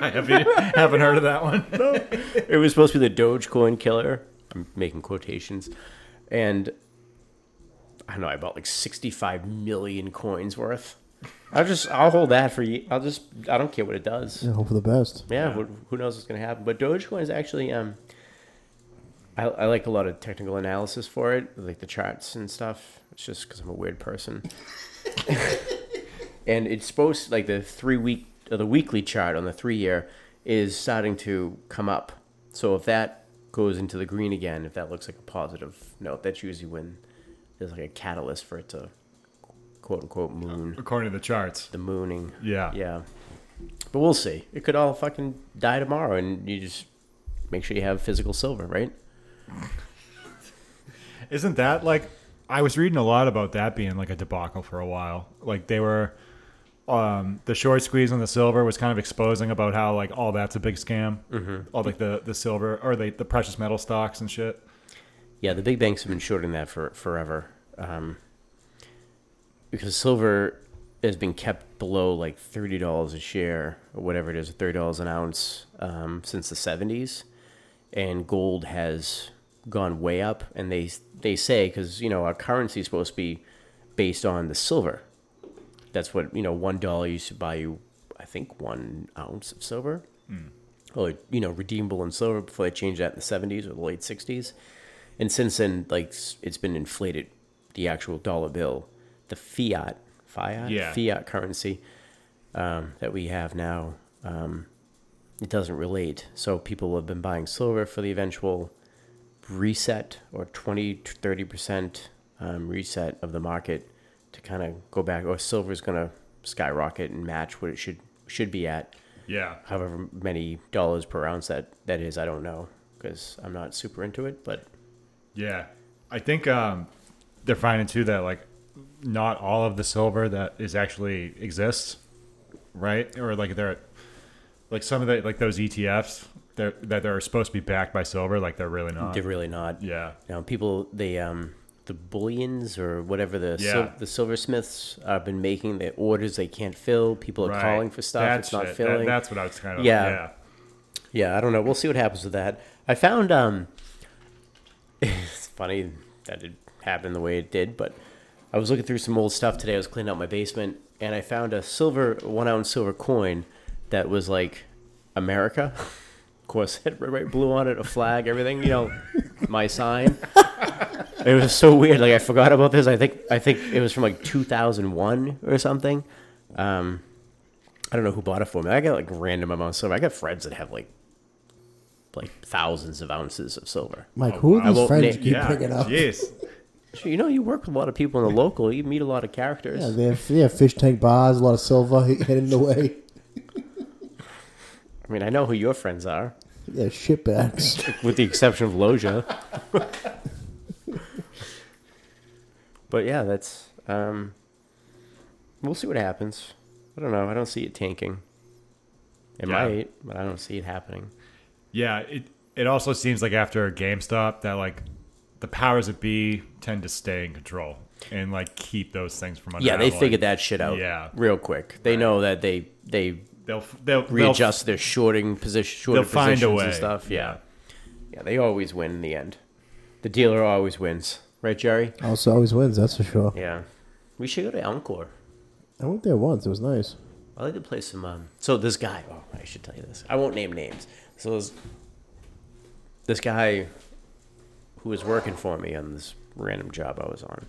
Speaker 7: I haven't, haven't heard of that one.
Speaker 6: it was supposed to be the Dogecoin killer. I'm making quotations, and I don't know. I bought like 65 million coins worth. I'll just I'll hold that for you. I'll just I don't care what it does.
Speaker 4: Yeah, hope for the best.
Speaker 6: Yeah, Who, who knows what's gonna happen? But Dogecoin is actually um, I, I like a lot of technical analysis for it, like the charts and stuff. It's just because I'm a weird person. and it's supposed like the three week or the weekly chart on the three year is starting to come up. So if that goes into the green again, if that looks like a positive note, that's usually when there's like a catalyst for it to quote unquote moon
Speaker 7: According to the charts.
Speaker 6: the mooning.
Speaker 7: Yeah.
Speaker 6: Yeah. But we'll see. It could all fucking die tomorrow and you just make sure you have physical silver, right?
Speaker 7: Isn't that like? I was reading a lot about that being like a debacle for a while. Like they were, um, the short squeeze on the silver was kind of exposing about how like all that's a big scam. Mm-hmm. All like the the silver or the the precious metal stocks and shit.
Speaker 6: Yeah, the big banks have been shorting that for forever. Um, because silver has been kept below like thirty dollars a share or whatever it is, thirty dollars an ounce um, since the seventies, and gold has gone way up. And they they say because you know our currency is supposed to be based on the silver. That's what you know. One dollar used to buy you, I think, one ounce of silver, or you know, redeemable in silver before they changed that in the seventies or the late sixties and since then like s- it's been inflated the actual dollar bill the fiat fiat
Speaker 7: Yeah.
Speaker 6: fiat currency um, that we have now um, it doesn't relate so people have been buying silver for the eventual reset or 20 to 30% um, reset of the market to kind of go back or silver is going to skyrocket and match what it should should be at
Speaker 7: Yeah.
Speaker 6: however many dollars per ounce that that is i don't know because i'm not super into it but
Speaker 7: Yeah, I think um, they're finding too that like not all of the silver that is actually exists, right? Or like they're like some of the like those ETFs that that are supposed to be backed by silver, like they're really not.
Speaker 6: They're really not.
Speaker 7: yeah,
Speaker 6: Now people, they um, the bullions or whatever the sil-
Speaker 7: Yeah.
Speaker 6: the silversmiths have been making the orders they can't fill. People are
Speaker 7: right.
Speaker 6: calling for stuff.
Speaker 7: That
Speaker 6: it's not
Speaker 7: shit. That-
Speaker 6: filling.
Speaker 7: that's what I was kind of.
Speaker 6: Yeah.
Speaker 7: Yeah, yeah.
Speaker 6: Yeah, I don't know. We'll see what happens with that. I found um, it's funny that it happened the way it did, but I was looking through some old stuff today. I was cleaning out my basement, and I found a silver one ounce silver coin that was like America. Of course, it had red, white, blue on it, a flag, everything. You know, my sign. It was so weird. Like I forgot about this. I think I think it was from like 2001 or something. Um, I don't know who bought it for me. I got like random amounts of silver. I got friends that have like like thousands of ounces of silver.
Speaker 4: Mike, who
Speaker 6: Oh, I
Speaker 4: are these
Speaker 6: won't
Speaker 4: friends
Speaker 6: na-
Speaker 4: you keep bringing up?
Speaker 7: Jeez.
Speaker 6: So, you know, you work with a lot of people in the local. You meet a lot of characters.
Speaker 4: Yeah, they have, they have fish tank bars, a lot of silver hidden away.
Speaker 6: I mean, I know who your friends are.
Speaker 4: Yeah, shitbags.
Speaker 6: with the exception of Loja. but yeah, that's um, we'll see what happens. I don't know. I don't see it tanking. It
Speaker 7: Yeah.
Speaker 6: might, but I don't see it happening.
Speaker 7: Yeah, it it also seems like after GameStop that like the powers that be tend to stay in control and like keep those things from under
Speaker 6: Yeah, they
Speaker 7: Avalon.
Speaker 6: figured that shit out
Speaker 7: Yeah.
Speaker 6: real quick. They know that they they
Speaker 7: they'll they'll they'll-
Speaker 6: readjust their shorting position, shorter
Speaker 7: they'll find a
Speaker 6: positions
Speaker 7: way.
Speaker 6: and stuff. Yeah. yeah, they always win in the end. The dealer always wins, right, Jerry?
Speaker 4: Also, Oh, always wins. That's for sure.
Speaker 6: Yeah, we should go to Encore.
Speaker 4: I went there once. It was nice.
Speaker 6: I like to play some. Um, so this guy. Oh, I should tell you this. I won't name names. So this, this guy, who was working for me on this random job I was on,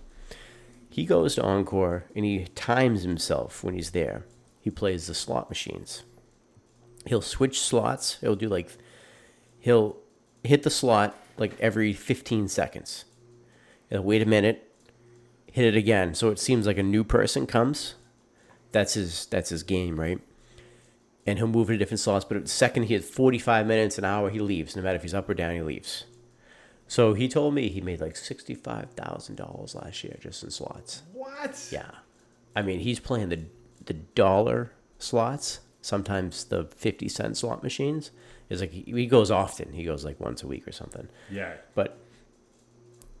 Speaker 6: he goes to Encore and he times himself when he's there. He plays the slot machines. He'll switch slots. He'll do like, he'll hit the slot like every 15 seconds. He'll wait a minute, hit it again. So it seems like a new person comes that's his that's his game, right? And he'll move into different slots. But the second he has 45 minutes, an hour, he leaves. No matter if he's up or down, he leaves. So he told me he made like $65,000 last year just in slots.
Speaker 7: What?
Speaker 6: Yeah. I mean, he's playing the the dollar slots, sometimes the 50 cent slot machines. It's like he, he goes often. He goes like once a week or something.
Speaker 7: Yeah.
Speaker 6: But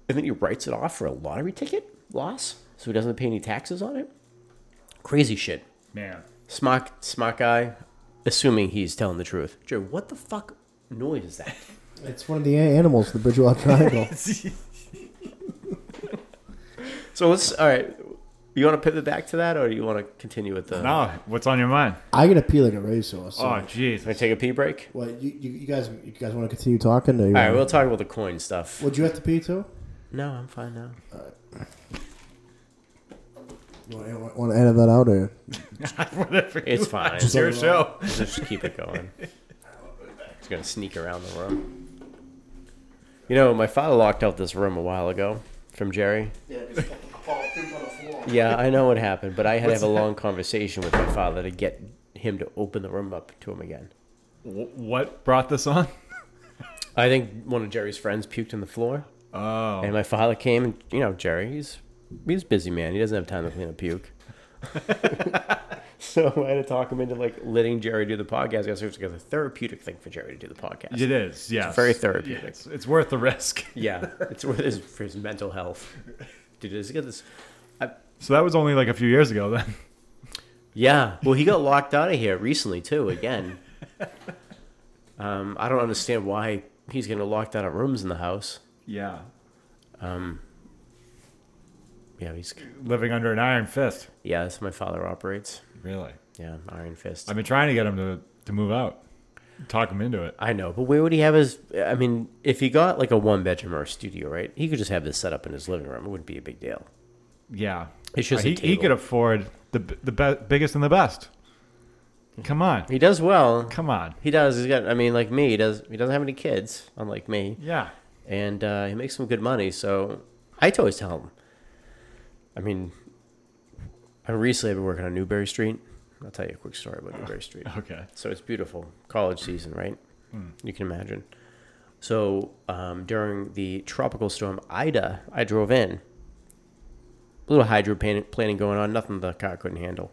Speaker 6: and then he writes it off for a lottery ticket loss, so he doesn't pay any taxes on it. Crazy shit.
Speaker 7: Man.
Speaker 6: Smart, smart guy. Assuming he's telling the truth. Joe, what the fuck noise is that?
Speaker 4: It's one of the a- animals, the Bridgewater Triangle.
Speaker 6: So let's. All right. You want to pivot back to that, or do you want to continue with the?
Speaker 7: No, what's on your mind?
Speaker 4: I gotta pee like a racehorse. So.
Speaker 7: Oh, jeez.
Speaker 6: Can I take a pee break?
Speaker 4: What you, you, you guys you guys want to continue talking? Or you
Speaker 6: All right.
Speaker 4: wanna-
Speaker 6: We'll talk about the coin stuff.
Speaker 4: Would you have to pee too?
Speaker 6: No, I'm fine now.
Speaker 4: Want to edit that out or?
Speaker 7: Whatever.
Speaker 6: It's fine.
Speaker 7: It's your show.
Speaker 6: Let's just keep it going. It's gonna sneak around the room. You know, my father locked out this room a while ago from Jerry. Yeah, I know what happened, but I had to have a long conversation with my father to get him to open the room up to him again.
Speaker 7: Wh- What brought this on?
Speaker 6: I think one of Jerry's friends puked on the floor,
Speaker 7: Oh,
Speaker 6: and my father came and you know Jerry, he's he's a busy man. He doesn't have time to clean a puke. so I had to talk him into like letting Jerry do the podcast. I guess it was like a therapeutic thing for Jerry to do the podcast.
Speaker 7: it is. Yeah.
Speaker 6: very therapeutic.
Speaker 7: It's, it's worth the risk.
Speaker 6: Yeah, it's worth his, for his mental health. Dude, does he get this?
Speaker 7: So that was only like a few years ago then.
Speaker 6: Yeah, well, he got locked out of here recently too. Again, um, I don't understand why he's getting locked out of rooms in the house.
Speaker 7: Yeah.
Speaker 6: Yeah, he's
Speaker 7: Living under an iron fist.
Speaker 6: yeah. That's how my father operates.
Speaker 7: Really?
Speaker 6: Yeah, Iron Fist.
Speaker 7: I've been trying to get him to, to move out, talk him into it.
Speaker 6: I know, but where would he have his? I mean, if he got like a one bedroom or a studio, right? He could just have this set up in his living room. It wouldn't be a big deal.
Speaker 7: Yeah.
Speaker 6: It's just a
Speaker 7: Uh, he, he
Speaker 6: table.
Speaker 7: could afford the b- the be- biggest and the best. Come on.
Speaker 6: He does well.
Speaker 7: Come on.
Speaker 6: He does. He's got. I mean, like me, he does. He doesn't have any kids, unlike me.
Speaker 7: Yeah.
Speaker 6: and uh, he makes some good money. So I always tell him. I mean, I recently I've been working on Newberry Street. I'll tell you a quick story about Newberry Street.
Speaker 7: Okay.
Speaker 6: So it's beautiful. College season, right? You can imagine. So um, during the tropical storm Ida, I drove in. A little hydro plan- planning going on, nothing the car couldn't handle.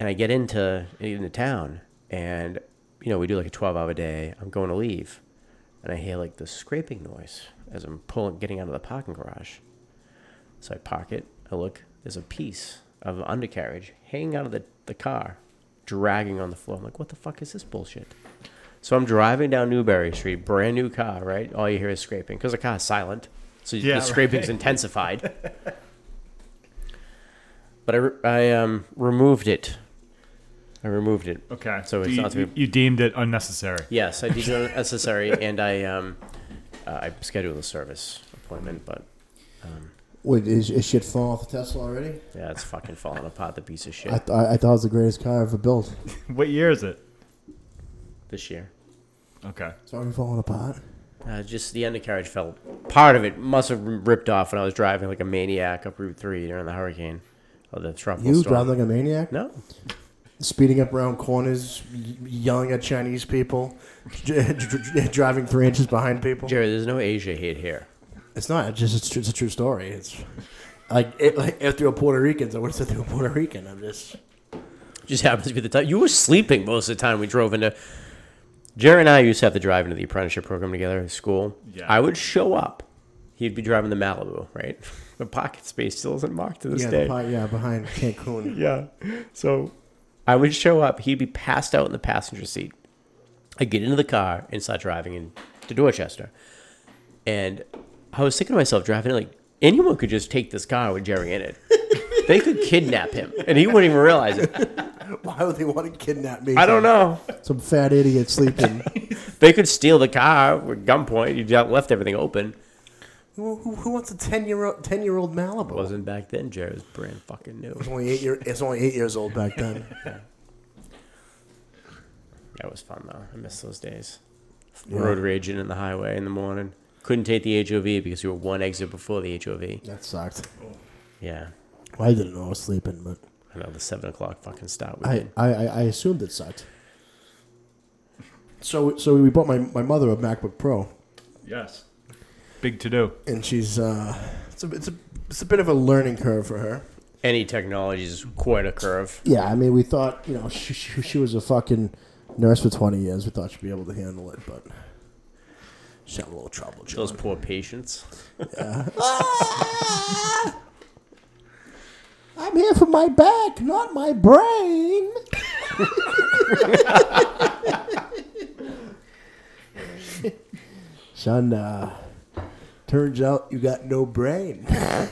Speaker 6: And I get into into town, and you know we do like a twelve hour day. I'm going to leave, and I hear like this scraping noise as I'm pulling, getting out of the parking garage. So I park it. I look. There's a piece of undercarriage hanging out of the, the car, dragging on the floor. I'm like, what the fuck is this bullshit? So I'm driving down Newberry Street, brand new car, right? All you hear is scraping because the car's silent. So
Speaker 7: Yeah,
Speaker 6: the scraping's
Speaker 7: right.
Speaker 6: intensified. But I, re- I um, removed it. I removed it.
Speaker 7: Okay.
Speaker 6: So it's
Speaker 7: you,
Speaker 6: not to
Speaker 7: you,
Speaker 6: be-
Speaker 7: you deemed it unnecessary.
Speaker 6: Yes, I did it unnecessary, and I um, uh, I scheduled a service appointment, but
Speaker 4: Wait, is, is shit falling off the Tesla already?
Speaker 6: yeah, it's fucking falling apart. The piece of shit
Speaker 4: I, th- I I thought it was the greatest car ever built.
Speaker 7: What year is it?
Speaker 6: this year.
Speaker 7: Okay.
Speaker 4: It's already falling apart.
Speaker 6: Uh, just the undercarriage fell. Part of it must have ripped off when I was driving like a maniac up Route Three during the hurricane, or the tropical
Speaker 4: You
Speaker 6: storm.
Speaker 4: drive like a maniac?
Speaker 6: no,
Speaker 4: speeding up around corners, y- yelling at Chinese people, dr- dr- driving three inches behind people.
Speaker 6: Jerry, there's no Asia hate here.
Speaker 4: It's not. It's just it's, tr- it's a true story. It's like, it, like if they were Puerto Ricans, I would have said they were Puerto Rican. I'm just
Speaker 6: just happens to be the time you were sleeping most of the time we drove into Jerry and I used to have to drive into the apprenticeship program together in school.
Speaker 7: Yeah.
Speaker 6: I would show up. He'd be driving the Malibu, right? the pocket space still isn't marked to this
Speaker 4: yeah,
Speaker 6: day.
Speaker 4: the pi- yeah, behind Cancun.
Speaker 6: yeah. So I would show up. He'd be passed out in the passenger seat. I'd get into the car and start driving in to Dorchester. And I was thinking to myself, driving like anyone could just take this car with Jerry in it. they could kidnap him, and he wouldn't even realize it.
Speaker 4: Why would they want to kidnap me?
Speaker 6: I don't know.
Speaker 4: Some fat idiot sleeping.
Speaker 6: They could steal the car with gunpoint. You just left everything open.
Speaker 4: who, who, who wants a ten year old ten year old Malibu?
Speaker 6: Wasn't back then. Jerry was brand fucking new.
Speaker 4: It's only eight year. It's only eight years old back then.
Speaker 6: That was fun though. I miss those days. Road raging in the highway in the morning. Couldn't take the HOV because you were one exit before the HOV.
Speaker 4: That sucked.
Speaker 6: Yeah,
Speaker 4: Well, I didn't know I was sleeping, but
Speaker 6: I know the seven o'clock fucking stop. We
Speaker 4: I,
Speaker 6: did.
Speaker 4: I, I I assumed it sucked. So so we bought my, my mother a MacBook Pro,
Speaker 7: Yes. Big to do.
Speaker 4: and she's uh, it's a, it's a it's a bit of a learning curve for her.
Speaker 6: Any technology is quite a curve.
Speaker 4: Yeah, I mean, we thought you know she, she, she was a fucking nurse for twenty years. We thought she'd be able to handle it, but she's having a little trouble. John.
Speaker 6: Those poor patients.
Speaker 4: Ah! I'm here for my back, not my brain. Son, uh, turns out you got no brain. ah,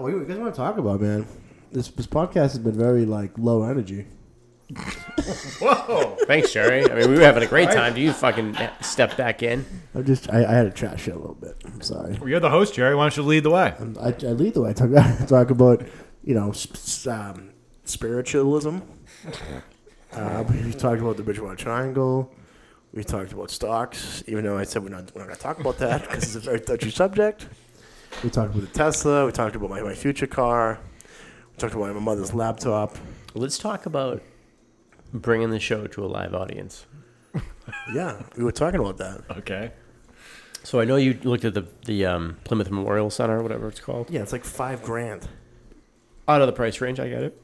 Speaker 4: what do you guys want to talk about, man? This, this podcast has been very like low energy.
Speaker 7: Whoa.
Speaker 6: Thanks, Jerry. I mean, we were having a great time. Do you fucking step back in?
Speaker 4: I'm just I, I had to trash it a little bit. I'm sorry.
Speaker 7: Well, you're the host, Jerry. Why don't you lead the way?
Speaker 4: I, I lead the way. I talk, I talk about, you know, sp- s- um, spiritualism. Uh, we talked about the Bridgewater Triangle. We talked about stocks, even though I said we're not, we're not going to talk about that because it's a very touchy subject. We talked about the Tesla. We talked about my, my future car. We talked about my mother's laptop.
Speaker 6: Let's talk about bringing the show to a live audience.
Speaker 4: Yeah, we were talking about that.
Speaker 7: Okay.
Speaker 6: So I know you looked at the the um, Plymouth Memorial Center, or whatever it's called.
Speaker 4: Yeah, it's like five grand.
Speaker 6: Out of the price range, I get it.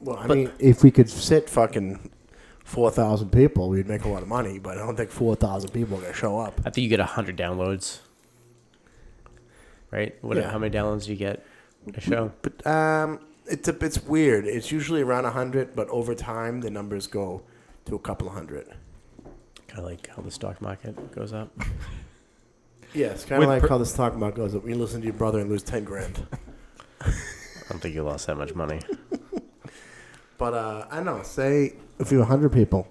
Speaker 4: Well, I mean, if we could sit fucking 4,000 people, we'd make a lot of money, but I don't think 4,000 people are going to show up.
Speaker 6: I think you get hundred downloads. Right? What?
Speaker 4: Yeah.
Speaker 6: How many downloads do you get a show?
Speaker 4: But um, it's a, it's weird. It's usually around hundred, but over time the numbers go to a couple of hundred.
Speaker 6: Kind of like how the stock market goes up.
Speaker 4: Yeah, it's kind
Speaker 7: With
Speaker 4: of like
Speaker 7: per-
Speaker 4: how the stock market goes up. You listen to your brother and lose ten grand.
Speaker 6: I don't think you lost that much money.
Speaker 4: but uh, I know. Say if you have hundred people,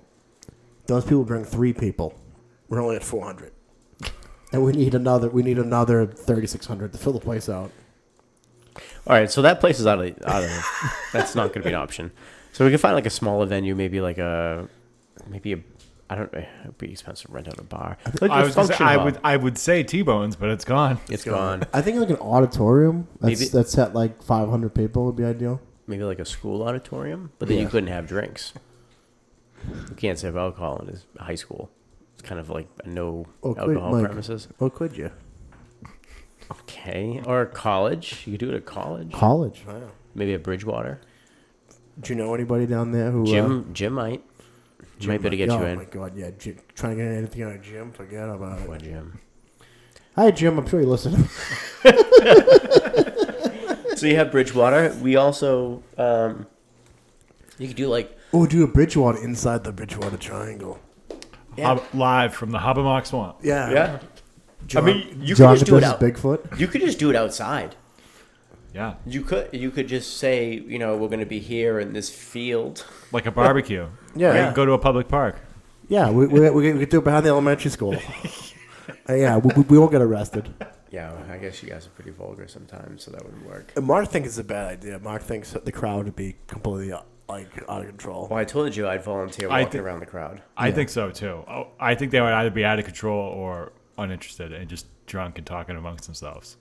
Speaker 4: those people bring three people. We're only at four hundred, and we need another. We need another thirty six hundred to fill the place out.
Speaker 6: All right, so that place is out of the- out of. that's not going to be an option. So we can find like a smaller venue, maybe like a maybe a. I don't. It would be expensive to rent out a bar. Like
Speaker 7: I
Speaker 6: a
Speaker 7: was gonna say,
Speaker 6: function
Speaker 7: I
Speaker 6: hall.
Speaker 7: would I would say T Bones, but it's gone.
Speaker 6: it's gone.
Speaker 4: I think like an auditorium that's
Speaker 6: Maybe-
Speaker 4: that's at like five hundred people would be ideal.
Speaker 6: maybe like a school auditorium, but then you
Speaker 4: Yeah.
Speaker 6: couldn't have drinks. You can't serve alcohol in this high school. It's kind of like a no
Speaker 4: Oh, great,
Speaker 6: alcohol
Speaker 4: Mike.
Speaker 6: premises.
Speaker 4: Or could you?
Speaker 6: Okay, or college. You could do it at college.
Speaker 4: College.
Speaker 6: Maybe at Bridgewater.
Speaker 4: Do you know anybody down there who? uh,
Speaker 6: Jim, Jim might. Jim might be able to get
Speaker 4: oh
Speaker 6: you
Speaker 4: my
Speaker 6: in.
Speaker 4: god, yeah. Jim, trying to get anything out of Jim, forget about
Speaker 6: Boy,
Speaker 4: it.
Speaker 6: Jim.
Speaker 4: Hi, Jim. I'm sure you listen.
Speaker 6: So you have Bridgewater. We also, um, you could do like
Speaker 4: oh, do a Bridgewater inside the Bridgewater Triangle.
Speaker 7: Hob- live from the Hobbamock Swamp.
Speaker 4: Yeah.
Speaker 6: yeah.
Speaker 4: John,
Speaker 6: I mean, you could
Speaker 4: John
Speaker 6: just do it
Speaker 4: versus
Speaker 6: out.
Speaker 4: Bigfoot.
Speaker 6: You could just do it outside.
Speaker 7: Yeah.
Speaker 6: You could you could just say you know we're going to be here in this field.
Speaker 7: Like a barbecue.
Speaker 4: Yeah.
Speaker 7: Right? Go to a public park.
Speaker 4: Yeah, we we, we, could do it behind the elementary school. Uh, yeah, we, we, we won't get arrested.
Speaker 6: Yeah, I guess you guys are pretty vulgar sometimes, so that wouldn't work.
Speaker 4: And Mark thinks it's a bad idea. Mark thinks that the crowd would be completely uh, like out of control.
Speaker 6: Well, I told you I'd volunteer
Speaker 7: I
Speaker 6: walking
Speaker 7: thi-
Speaker 6: around the crowd.
Speaker 7: I think so too. Oh, I think they would either be out of control or uninterested and just drunk and talking amongst themselves.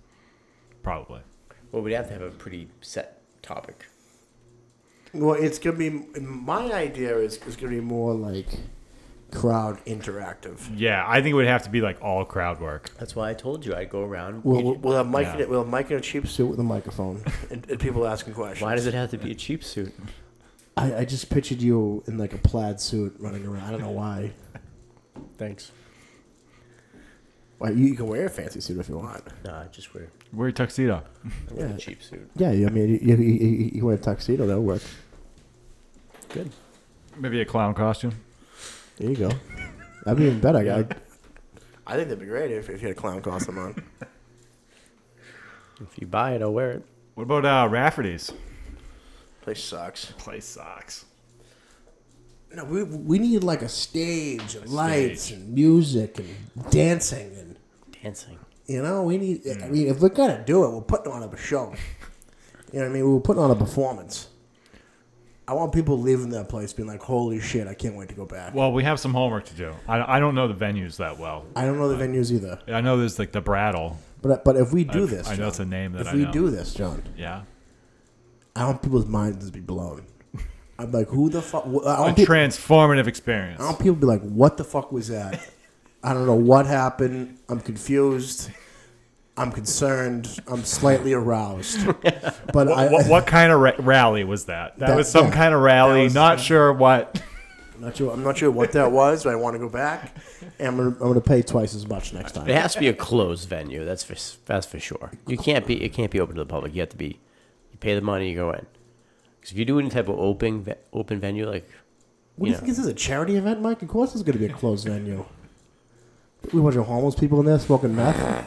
Speaker 7: Probably.
Speaker 6: Well, we'd have to have a pretty set topic.
Speaker 4: Well, it's gonna be my idea is is gonna be more like crowd interactive.
Speaker 7: Yeah, I think it would have to be like all crowd work.
Speaker 6: That's why I told you I'd go around.
Speaker 4: We'll, we'll, we'll have Mike.
Speaker 7: Yeah.
Speaker 4: In, a- we'll have Mike in a cheap suit with a microphone, and, and people asking questions.
Speaker 6: why does it have to be a cheap suit?
Speaker 4: I, I just pictured you in like a plaid suit running around. I don't know why.
Speaker 6: Thanks.
Speaker 4: Why you, you can wear a fancy suit if you want.
Speaker 6: Nah, just wear,
Speaker 7: Wear a tuxedo.
Speaker 6: wear
Speaker 4: Yeah.
Speaker 6: a cheap suit.
Speaker 4: Yeah, I mean, you, you, you, you wear a tuxedo, that'll work.
Speaker 6: Good.
Speaker 7: Maybe a clown costume.
Speaker 4: There you go. That'd be even better. I, I think that'd be great if, if you had a clown costume on.
Speaker 6: If you buy it, I'll wear it.
Speaker 7: What about uh, Rafferty's?
Speaker 4: Place sucks.
Speaker 7: Play socks.
Speaker 4: No, we we need like a stage, and lights, and music, and dancing, and
Speaker 6: Dancing.
Speaker 4: you know, we need.
Speaker 7: Mm.
Speaker 4: I mean, if we're gonna do it, we're putting on a show. You know what I mean? We were putting on a performance. I want people leaving that place being like, "Holy shit! I can't wait to go back."
Speaker 7: Well, we have some homework to do. I, I don't know the venues that well.
Speaker 4: I don't know the venues either,
Speaker 7: I know there's like the Brattle.
Speaker 4: but but if we do
Speaker 7: I-
Speaker 4: this,
Speaker 7: I know
Speaker 4: John,
Speaker 7: it's a name that
Speaker 4: if
Speaker 7: I
Speaker 4: we
Speaker 7: know.
Speaker 4: do this, John,
Speaker 7: Yeah.
Speaker 4: I want people's minds to be blown. I'm like, who the fuck? I
Speaker 7: A
Speaker 4: want, people,
Speaker 7: transformative experience.
Speaker 4: I want people to be like, what the fuck was that? I don't know what happened. I'm confused. I'm concerned. I'm slightly aroused. But I,
Speaker 7: What, what kind of ra- rally was that? That,
Speaker 4: That-
Speaker 7: was some
Speaker 4: yeah.
Speaker 7: kind of rally.
Speaker 4: was-
Speaker 7: Not sure what.
Speaker 4: I'm not sure. I'm not sure what that was, but I want to go back, and I'm gonna, I'm gonna pay twice as much next
Speaker 6: It
Speaker 4: time.
Speaker 6: has to be a closed venue. That's for that's for sure. You can't be it can't be open to the public. You have to be you pay the money, you go in. Because if you do any type of open ve- open venue, like
Speaker 4: What do you
Speaker 6: Yeah.
Speaker 4: think this is a charity event, Mike? Of course, it's gonna be a closed venue. We bunch of homeless people in there smoking meth.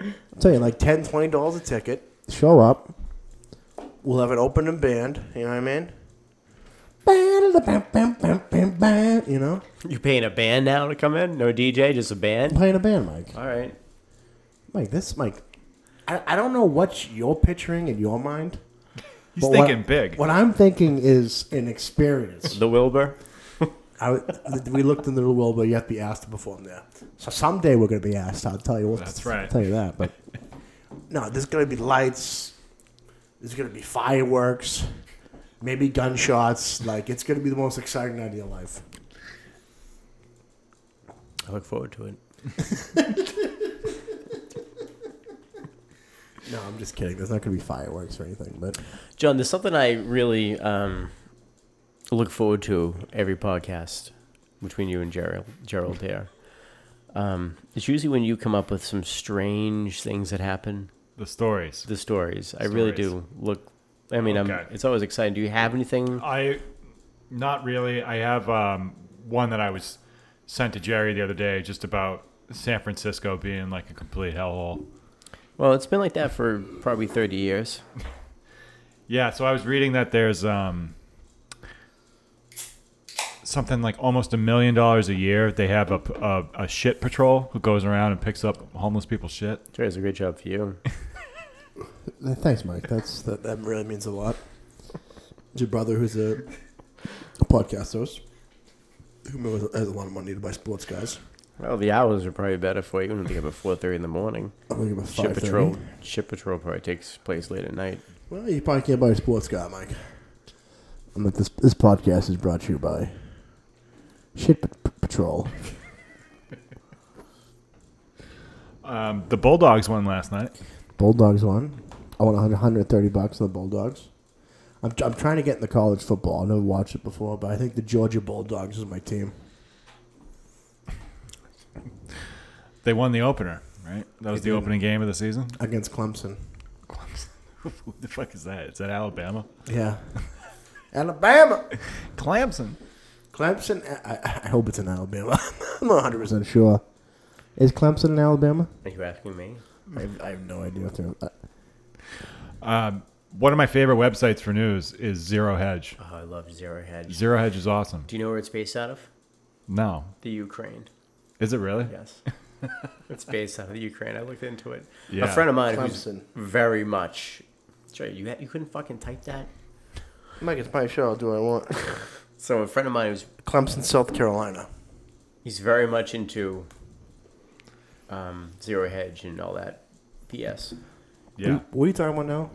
Speaker 4: I'm telling you, like ten, twenty dollars a ticket. Show up. We'll have an opening band. You know what I mean? Ba-da-da-bam-bam-bam-bam-bam, You know,
Speaker 6: you paying a band now to come in, no DJ, just a band.
Speaker 4: playing a band, Mike.
Speaker 6: All right,
Speaker 4: Mike, this, Mike. I, I don't know what you're picturing in your mind.
Speaker 7: He's
Speaker 4: But what-
Speaker 7: thinking big.
Speaker 4: What I'm thinking is an experience.
Speaker 6: the Wilbur.
Speaker 4: I, we looked in the world, but you have to be asked to perform there. So someday we're going to be asked. I'll tell you. What,
Speaker 7: That's right.
Speaker 4: I'll tell you that. But no, there's going to be lights. There's going to be fireworks. Maybe gunshots. Like it's going to be the most exciting night of your life.
Speaker 6: I look forward to it.
Speaker 4: No, I'm just kidding. There's not going to be fireworks or anything. But
Speaker 6: John, there's something I really um, look forward to every podcast between you and Gerald. Gerald here. Um, it's usually when you come up with some strange things that happen.
Speaker 7: the stories.
Speaker 6: The stories, I really do look. I mean, I'm,
Speaker 7: Okay.
Speaker 6: it's always exciting. Do you have anything?
Speaker 7: I, not really. I have um, one that I was sent to Jerry the other day, just about San Francisco being like a complete hellhole.
Speaker 6: Well, it's been like that for probably 30 years.
Speaker 7: Yeah, so I was reading that there's um, something like almost a million dollars a year. They have a, p- a- a shit patrol who goes around and picks up homeless people's shit.
Speaker 6: Sure, it's a great job for you.
Speaker 4: uh, thanks, Mike. That's that, that really means a lot. It's your brother, who's a podcast host, who has- has a lot of money to buy sports guys.
Speaker 6: Well, the hours are probably better for you. You don't think about 4:30 in the morning.
Speaker 4: I'm gonna give a
Speaker 6: Ship
Speaker 4: 5:30.
Speaker 6: patrol. Ship patrol probably takes place late at night.
Speaker 4: Well, you probably can't buy a sports car, Mike. I'm like, this, this podcast is brought to you by Shit P- P- Patrol.
Speaker 7: Um, the Bulldogs won last night.
Speaker 4: Bulldogs won. I won 100 130 bucks on the Bulldogs. I'm, I'm trying to get into college football. I've never watched it before, but I think the Georgia Bulldogs is my team.
Speaker 7: They won the opener, right? That was
Speaker 4: They
Speaker 7: the
Speaker 4: did.
Speaker 7: opening game of the season.
Speaker 4: Against Clemson.
Speaker 7: Who the fuck is that? Is that Alabama?
Speaker 4: Yeah. Alabama!
Speaker 7: Clemson.
Speaker 4: Clemson? I, I- I hope it's in Alabama. I'm not 100% sure. Is Clemson in Alabama?
Speaker 6: Are you asking me?
Speaker 4: I have, I have no idea. If they're- uh,
Speaker 7: One of my favorite websites for news is Zero Hedge.
Speaker 6: Oh, I love Zero Hedge.
Speaker 7: Zero Hedge is awesome.
Speaker 6: Do you know where it's based out of?
Speaker 7: No.
Speaker 6: The Ukraine.
Speaker 7: Is it really?
Speaker 6: Yes. it's based out of the Ukraine. I looked into it.
Speaker 7: Yeah.
Speaker 6: A friend of mine who's
Speaker 4: Clemson.
Speaker 6: very much. Sorry, you you couldn't fucking type that.
Speaker 4: Mike, it's my show. I'll do what I want.
Speaker 6: So a friend of mine who's
Speaker 4: Clemson, South Carolina.
Speaker 6: he's very much into um, Zero Hedge and all that. P.S.
Speaker 7: Yeah.
Speaker 4: What are you talking about now?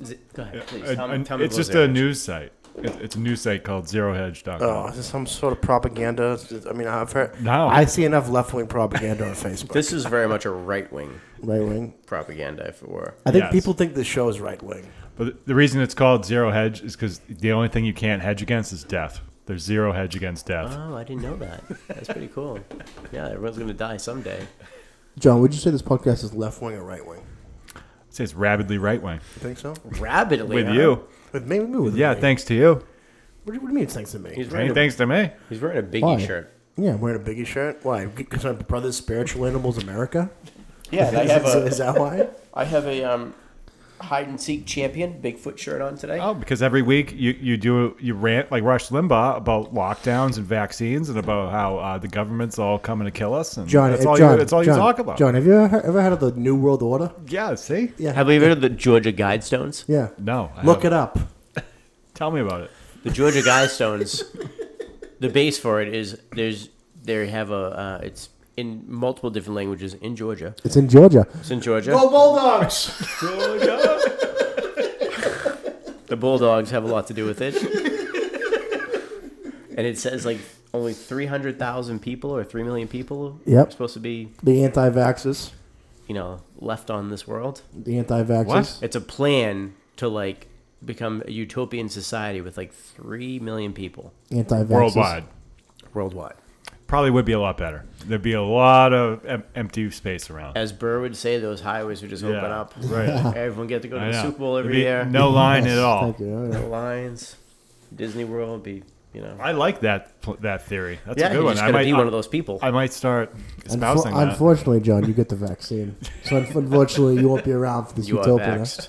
Speaker 6: Is it, go ahead, please.
Speaker 7: A-
Speaker 6: tell me,
Speaker 7: a-
Speaker 6: tell me
Speaker 7: it's
Speaker 6: about
Speaker 7: just
Speaker 6: Zero
Speaker 7: a
Speaker 6: Hedge.
Speaker 7: news site. It, it's a news site called ZeroHedge.com.
Speaker 4: Oh, is this some sort of propaganda? I mean, I've heard.
Speaker 7: No.
Speaker 4: I see enough left wing propaganda on Facebook.
Speaker 6: This is very much a right wing
Speaker 4: right wing.
Speaker 6: propaganda, if it were.
Speaker 4: I think
Speaker 7: Yes.
Speaker 4: people think the show is right wing.
Speaker 7: But the reason it's called Zero Hedge is because the only thing you can't hedge against is death. There's zero hedge against death.
Speaker 6: Oh, I didn't know that. That's pretty cool. Yeah, everyone's gonna die someday.
Speaker 4: John, would you say this podcast is left wing or right wing?
Speaker 7: I'd say it's rabidly right wing.
Speaker 4: You think so?
Speaker 6: Rapidly
Speaker 7: With
Speaker 6: huh?
Speaker 7: you.
Speaker 4: With me, with
Speaker 7: Yeah,
Speaker 4: me.
Speaker 7: thanks to you.
Speaker 4: What do, you- what do you mean? It's thanks to me.
Speaker 6: He's
Speaker 7: Hey,
Speaker 6: wearing, a,
Speaker 7: thanks to me.
Speaker 6: he's wearing a biggie
Speaker 4: Why?
Speaker 6: shirt.
Speaker 4: Yeah, I'm wearing a biggie shirt. Why? Because my brother's spiritual animals, America.
Speaker 6: Yeah, and I
Speaker 4: Is,
Speaker 6: have
Speaker 4: is-
Speaker 6: a
Speaker 4: is that why?
Speaker 6: I have a um, hide and seek champion Bigfoot shirt on today.
Speaker 7: Oh, because every week you, you do you rant like Rush Limbaugh about lockdowns and vaccines and about how uh, the government's all coming to kill us. And
Speaker 4: John,
Speaker 7: that's
Speaker 4: eh,
Speaker 7: all
Speaker 4: John,
Speaker 7: you, that's all
Speaker 4: John,
Speaker 7: you talk about.
Speaker 4: John, have you ever, ever heard of the New World Order?
Speaker 7: Yeah, see?
Speaker 4: Yeah.
Speaker 6: Have you ever heard of the Georgia Guidestones?
Speaker 4: Yeah.
Speaker 7: No, I
Speaker 4: Look it
Speaker 7: haven't.
Speaker 4: up.
Speaker 7: Tell me about it.
Speaker 6: The Georgia Guidestones. the base for it is there's they have a uh, it's in multiple different languages in Georgia.
Speaker 4: It's in Georgia.
Speaker 6: It's in Georgia.
Speaker 4: Go Bulldogs!
Speaker 6: The Bulldogs have a lot to do with it. and it says like only 300,000 people or 3 million people
Speaker 4: Yep.
Speaker 6: are supposed to be,
Speaker 4: the anti vaxxers.
Speaker 6: you know, left on this world.
Speaker 4: The anti vaxxers.
Speaker 6: It's a plan to like become a utopian society with like 3 million people
Speaker 4: Anti vaxxers.
Speaker 7: Worldwide.
Speaker 6: worldwide.
Speaker 7: Probably would be a lot better. There'd be a lot of em- empty space around.
Speaker 6: As Burr would say, those highways would just open
Speaker 7: Yeah,
Speaker 6: up.
Speaker 7: right.
Speaker 6: Everyone get to go to
Speaker 7: I
Speaker 6: the
Speaker 7: know.
Speaker 6: Super Bowl
Speaker 7: There'd
Speaker 6: every
Speaker 7: be
Speaker 6: year.
Speaker 7: No line at all.
Speaker 4: Thank you. All
Speaker 6: The
Speaker 4: right.
Speaker 6: Lions, Disney World, be, you know.
Speaker 7: I like that pl- that theory. That's
Speaker 6: yeah,
Speaker 7: a
Speaker 6: you're
Speaker 7: good one.
Speaker 6: just
Speaker 7: I
Speaker 6: going to
Speaker 7: might
Speaker 6: be one of
Speaker 7: I-
Speaker 6: those people.
Speaker 7: I might start
Speaker 4: Unfo-
Speaker 7: espousing that.
Speaker 4: unfortunately, John, you get the vaccine. So unf- unfortunately, you won't be around for this
Speaker 6: you are
Speaker 4: utopia.
Speaker 6: vaxxed.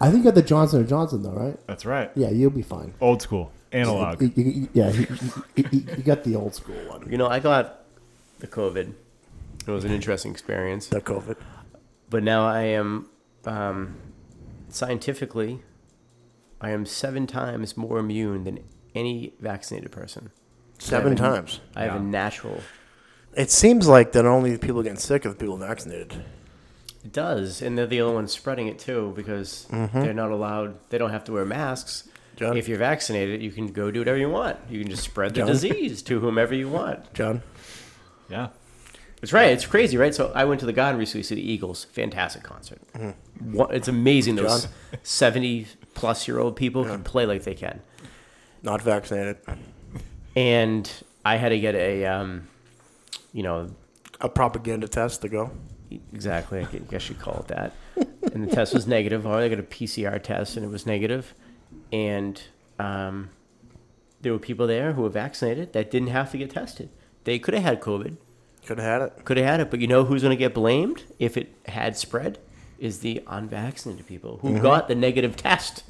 Speaker 4: I think you got the Johnson and Johnson, though, right?
Speaker 7: That's right.
Speaker 4: Yeah, you'll be fine.
Speaker 7: Old school analog.
Speaker 4: You- you- you- yeah, you, you- you- you got the old school one.
Speaker 6: You know, I got the COVID. It was an interesting experience.
Speaker 4: The COVID.
Speaker 6: But now I am, um, scientifically, I am seven times more immune than any vaccinated person. Seven.
Speaker 4: Seven times.
Speaker 6: I have a natural.
Speaker 4: It seems like that only people getting sick are the people vaccinated.
Speaker 6: It does. And they're the only ones spreading it too because they're not allowed, they don't have to wear masks.
Speaker 4: Mm-hmm. John?
Speaker 6: If you're vaccinated, you can go do whatever you want. You can just spread the
Speaker 4: John?
Speaker 6: disease to whomever you want.
Speaker 4: John?
Speaker 7: Yeah.
Speaker 6: It's right. It's crazy, right? So I went to the Garden recently to see the Eagles. Fantastic concert. Wha- It's amazing those
Speaker 4: Mm-hmm. John?
Speaker 6: seventy plus year old people can play like they can.
Speaker 4: Not vaccinated.
Speaker 6: And I had to get a, um, you know,
Speaker 4: A propaganda test to go.
Speaker 6: exactly. I gu- guess you call it that. And the test was negative. Or I got a PCR test and it was negative. And um, there were people there who were vaccinated that didn't have to get tested. They could have had COVID.
Speaker 4: Could have had it.
Speaker 6: could have had it. But you know who's going to get blamed if it had spread? Is the unvaccinated people who got the negative test.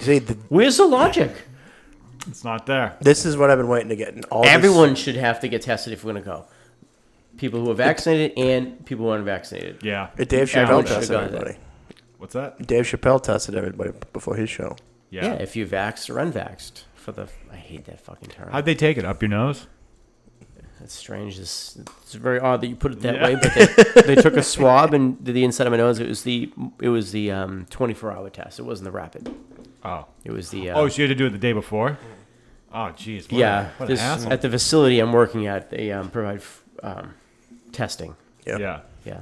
Speaker 4: See, the,
Speaker 6: Where's the logic?
Speaker 7: It's not there.
Speaker 4: this is what I've been waiting to get. In all
Speaker 6: Everyone should have to get tested if we're going to go. People who are vaccinated and people who are unvaccinated.
Speaker 7: Yeah.
Speaker 4: This, Dave
Speaker 6: Everyone should
Speaker 4: Chappelle
Speaker 6: have
Speaker 4: tested
Speaker 6: gotten it.
Speaker 4: everybody.
Speaker 7: What's that?
Speaker 4: Dave Chappelle tested everybody before his show.
Speaker 6: Yeah. if you vaxxed or unvaxxed. For the I hate that fucking term.
Speaker 7: How'd they take it? Up your nose?
Speaker 6: That's strange. It's, it's very odd that you put it that
Speaker 7: Yeah.
Speaker 6: way. But they, they took a swab and did the inside of my nose. It was the it was the um, 24 hour test. It wasn't the rapid.
Speaker 7: Oh.
Speaker 6: It was the uh,
Speaker 7: Oh, so you had to do it the day before? Oh, jeez. What
Speaker 6: Yeah,
Speaker 7: A, what an
Speaker 6: this-
Speaker 7: asshole.
Speaker 6: at the facility I'm working at, they um, provide f- um, testing.
Speaker 7: yeah.
Speaker 6: Yeah,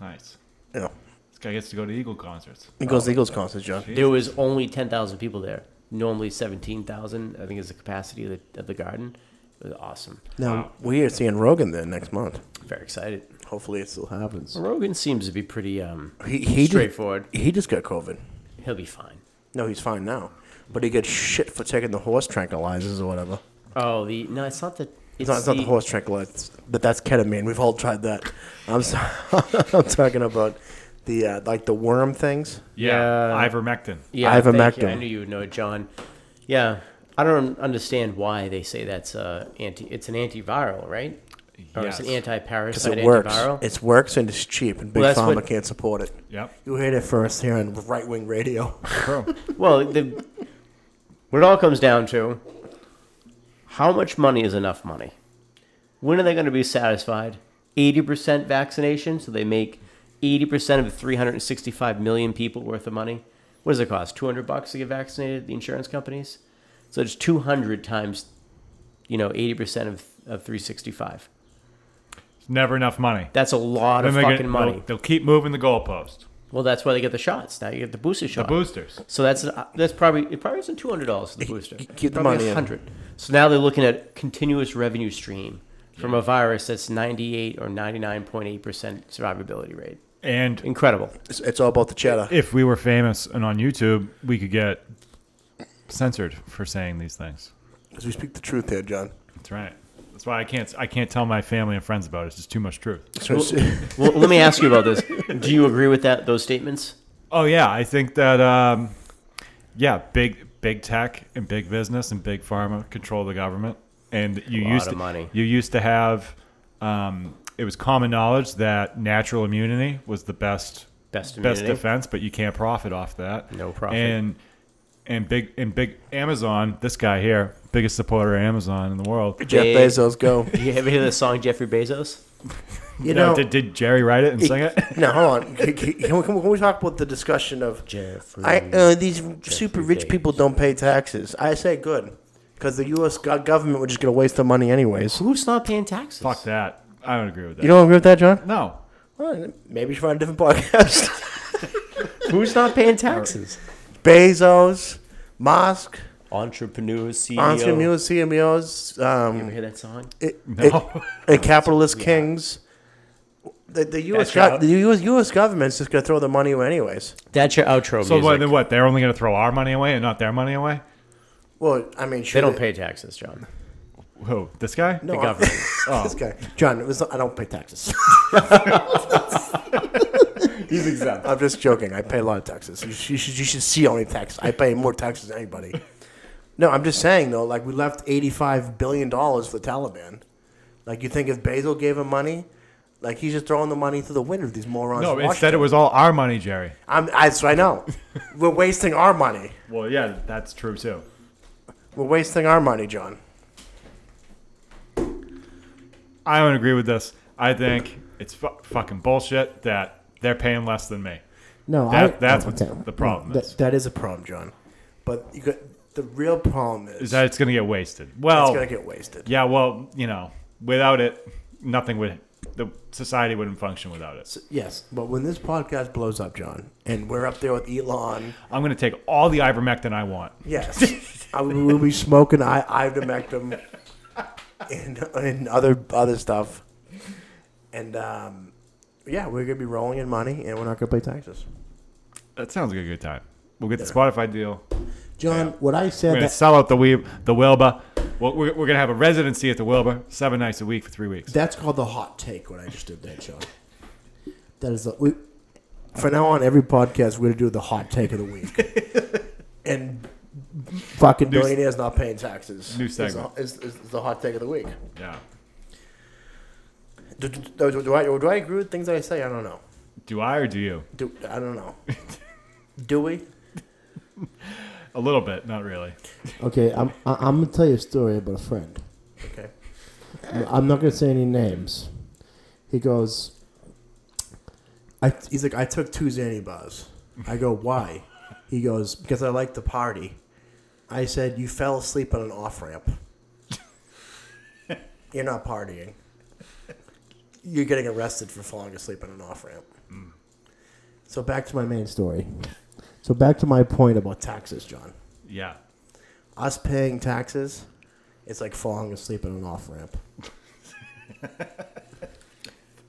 Speaker 7: Nice.
Speaker 4: Yeah.
Speaker 7: This guy gets to go to Eagle concerts.
Speaker 4: It goes to Eagles concert, John.
Speaker 6: there was only ten thousand people there. Normally seventeen thousand, I think, is the capacity of the, of the garden. It was awesome.
Speaker 4: Now we are seeing Rogan there next month.
Speaker 6: Very excited.
Speaker 4: Hopefully, it still happens.
Speaker 6: Rogan seems to be pretty. Um,
Speaker 4: He, he
Speaker 6: Straightforward.
Speaker 4: Just, he just got COVID.
Speaker 6: he'll be fine.
Speaker 4: No, he's fine now, but he gets shit for taking the horse tranquilizers or whatever.
Speaker 6: Oh, the no, it's not the.
Speaker 4: It's not, it's not the horse tranquilizers, but that's ketamine. We've all tried that. I'm so, I'm talking about the uh, like the worm things.
Speaker 7: Yeah. Ivermectin.
Speaker 6: Yeah, thank you. I
Speaker 4: Ivermectin.
Speaker 6: knew you would know it, John. Yeah, I don't understand why they say that's uh, anti. It's an antiviral, right? Or it's an
Speaker 7: Yes.
Speaker 4: Because
Speaker 6: anti-parasite
Speaker 4: it works.
Speaker 6: antiviral.
Speaker 4: It works and it's cheap, and big
Speaker 6: Well, that's
Speaker 4: pharma
Speaker 6: what-
Speaker 4: can't support it.
Speaker 7: Yep.
Speaker 4: You heard it first here on right wing radio.
Speaker 7: True.
Speaker 6: Well, the, what it all comes down to, how much money is enough money? When are they going to be satisfied? 80% vaccination, so they make eighty percent of three hundred and sixty-five million people worth of money. What does it cost? Two hundred bucks to get vaccinated? The insurance companies. So it's two hundred times, you know, eighty percent of of three sixty-five.
Speaker 7: It's never enough money.
Speaker 6: That's a lot of
Speaker 7: Then they
Speaker 6: fucking
Speaker 7: get-
Speaker 6: money.
Speaker 7: They'll, they'll keep moving the goalpost.
Speaker 6: Well, that's why they get the shots. Now you get the booster
Speaker 7: The
Speaker 6: shot.
Speaker 7: boosters.
Speaker 6: So that's uh, that's probably it. Probably isn't two hundred dollars for the booster.
Speaker 4: keep the money in.
Speaker 6: Hundred. So now they're looking at continuous revenue stream from a virus that's ninety-eight or ninety-nine point eight percent survivability rate.
Speaker 7: And
Speaker 6: Incredible.
Speaker 4: It's, it's all about the cheddar.
Speaker 7: if we were famous and on YouTube, we could get censored for saying these things.
Speaker 4: Because we speak the truth here, John.
Speaker 7: That's right. That's why I can't. I can't tell my family and friends about it. It's just too much truth.
Speaker 4: So it's-
Speaker 6: Well, let me ask you about this. Do you agree with that? Those statements?
Speaker 7: Oh yeah, I think that. Um, yeah, big big tech and big business and big pharma control the government, and you
Speaker 6: lot
Speaker 7: used
Speaker 6: of
Speaker 7: to
Speaker 6: money.
Speaker 7: you used to have. Um, it was common knowledge that natural immunity was the best
Speaker 6: Best
Speaker 7: best
Speaker 6: immunity.
Speaker 7: defense, but you can't profit off that.
Speaker 6: No profit.
Speaker 7: And and big and big Amazon. This guy here, biggest supporter of Amazon in the world.
Speaker 4: Jeff
Speaker 6: Big-
Speaker 4: Bezos, go.
Speaker 6: You ever hear the song Jeffrey Bezos?
Speaker 4: You
Speaker 7: No,
Speaker 4: know,
Speaker 7: did, did Jerry write it and sing it?
Speaker 4: no, hold on. Can, can- can we, can we talk about the discussion of
Speaker 6: Jeffrey.
Speaker 4: I, uh, these super rich
Speaker 6: Bezos.
Speaker 4: people don't pay taxes? I say good. Because the U.S. go- government was just going to waste their money anyways.
Speaker 6: Who's not paying taxes?
Speaker 7: Fuck that. I don't agree with that.
Speaker 4: You don't agree with that, John?
Speaker 7: no.
Speaker 4: Well, maybe you should find a different podcast.
Speaker 6: Who's not paying taxes?
Speaker 4: Bezos, Musk,
Speaker 6: Entrepreneurs,
Speaker 4: E
Speaker 6: CEO.
Speaker 4: entrepreneurs, CMOs,
Speaker 6: E You
Speaker 4: E um,
Speaker 6: hear that song?
Speaker 4: it,
Speaker 7: No.
Speaker 4: it- and capitalist kings. The, the U.S. Go-
Speaker 6: right.
Speaker 4: the US, U.S. government's just going to throw the money away anyways.
Speaker 6: That's your outro
Speaker 7: So
Speaker 6: music.
Speaker 7: what, then what? They're only going to throw our money away and not their money away?
Speaker 4: Well, I mean,
Speaker 6: they
Speaker 4: sure,
Speaker 6: don't pay taxes, John.
Speaker 7: Who? This guy?
Speaker 4: No,
Speaker 6: The
Speaker 4: I-
Speaker 6: government.
Speaker 7: Oh.
Speaker 4: this guy, John. It was not, I don't pay taxes.
Speaker 6: He's exempt.
Speaker 4: I'm just joking. I pay a lot of taxes. You, sh- you should you should see only taxes. I pay more taxes than anybody. No, I'm just saying though. Like we left 85 billion dollars for the Taliban. Like you think if Basil gave him money, like he's just throwing the money through the window. These morons.
Speaker 7: No,
Speaker 4: in
Speaker 7: instead it
Speaker 4: Washington.
Speaker 7: was all our money, Jerry.
Speaker 4: I'm, I, so I know. We're wasting our money.
Speaker 7: Well, yeah, that's true too.
Speaker 4: We're wasting our money, John.
Speaker 7: I don't agree with this. I think it's fu- fucking bullshit that they're paying less than me.
Speaker 8: No,
Speaker 7: That,
Speaker 8: I,
Speaker 7: that's
Speaker 8: oh,
Speaker 7: what
Speaker 8: okay.
Speaker 7: the problem
Speaker 8: That-
Speaker 7: is.
Speaker 4: That is a problem, John. But you got, the real problem is,
Speaker 7: Is that it's going to get wasted?
Speaker 4: it's
Speaker 7: Well,
Speaker 4: gonna get wasted.
Speaker 7: yeah. Well, you know, without it, nothing would. The society wouldn't function without it.
Speaker 4: Yes, but when this podcast blows up, John, and we're up there with Elon,
Speaker 7: I'm going to take all the ivermectin I want.
Speaker 4: yes, I will we'll be smoking I- ivermectin and and other other stuff, and um, yeah, we're gonna be rolling in money, and we're not gonna pay taxes.
Speaker 7: That sounds like a good time. We'll get the Spotify deal.
Speaker 8: John, what I
Speaker 7: We're
Speaker 8: said
Speaker 7: going to
Speaker 8: that,
Speaker 7: sell out the Weeb, the Wilbur. Well, we're, we're going to have a residency at the Wilbur, seven nights a week for three weeks.
Speaker 8: that's called the hot take. What I just did there, John. That is the we,
Speaker 4: From now on, every podcast we're gonna do the hot take of the week, and
Speaker 8: fucking
Speaker 7: New-
Speaker 4: billionaires not paying taxes.
Speaker 7: New
Speaker 4: is the-
Speaker 7: segment.
Speaker 4: is, is the hot take of the week.
Speaker 7: Yeah.
Speaker 4: Do, do, do- do I do I agree with things that I say? I don't know.
Speaker 7: Do I or do you?
Speaker 4: Do I don't know. do we?
Speaker 7: A little bit, not really.
Speaker 8: Okay, I'm I- I'm gonna tell you a story about a friend.
Speaker 4: Okay.
Speaker 8: I'm not gonna say any names. He goes,
Speaker 4: I, he's like, I took two Xanibars. I go, why? He goes, because I like to party. I said, you fell asleep on an off ramp. You're not partying. You're getting arrested for falling asleep on an off ramp.
Speaker 8: so back to my main story. So back to my point about
Speaker 4: Taxes, John.
Speaker 7: Yeah.
Speaker 4: Us paying taxes, it's like falling asleep on an off ramp.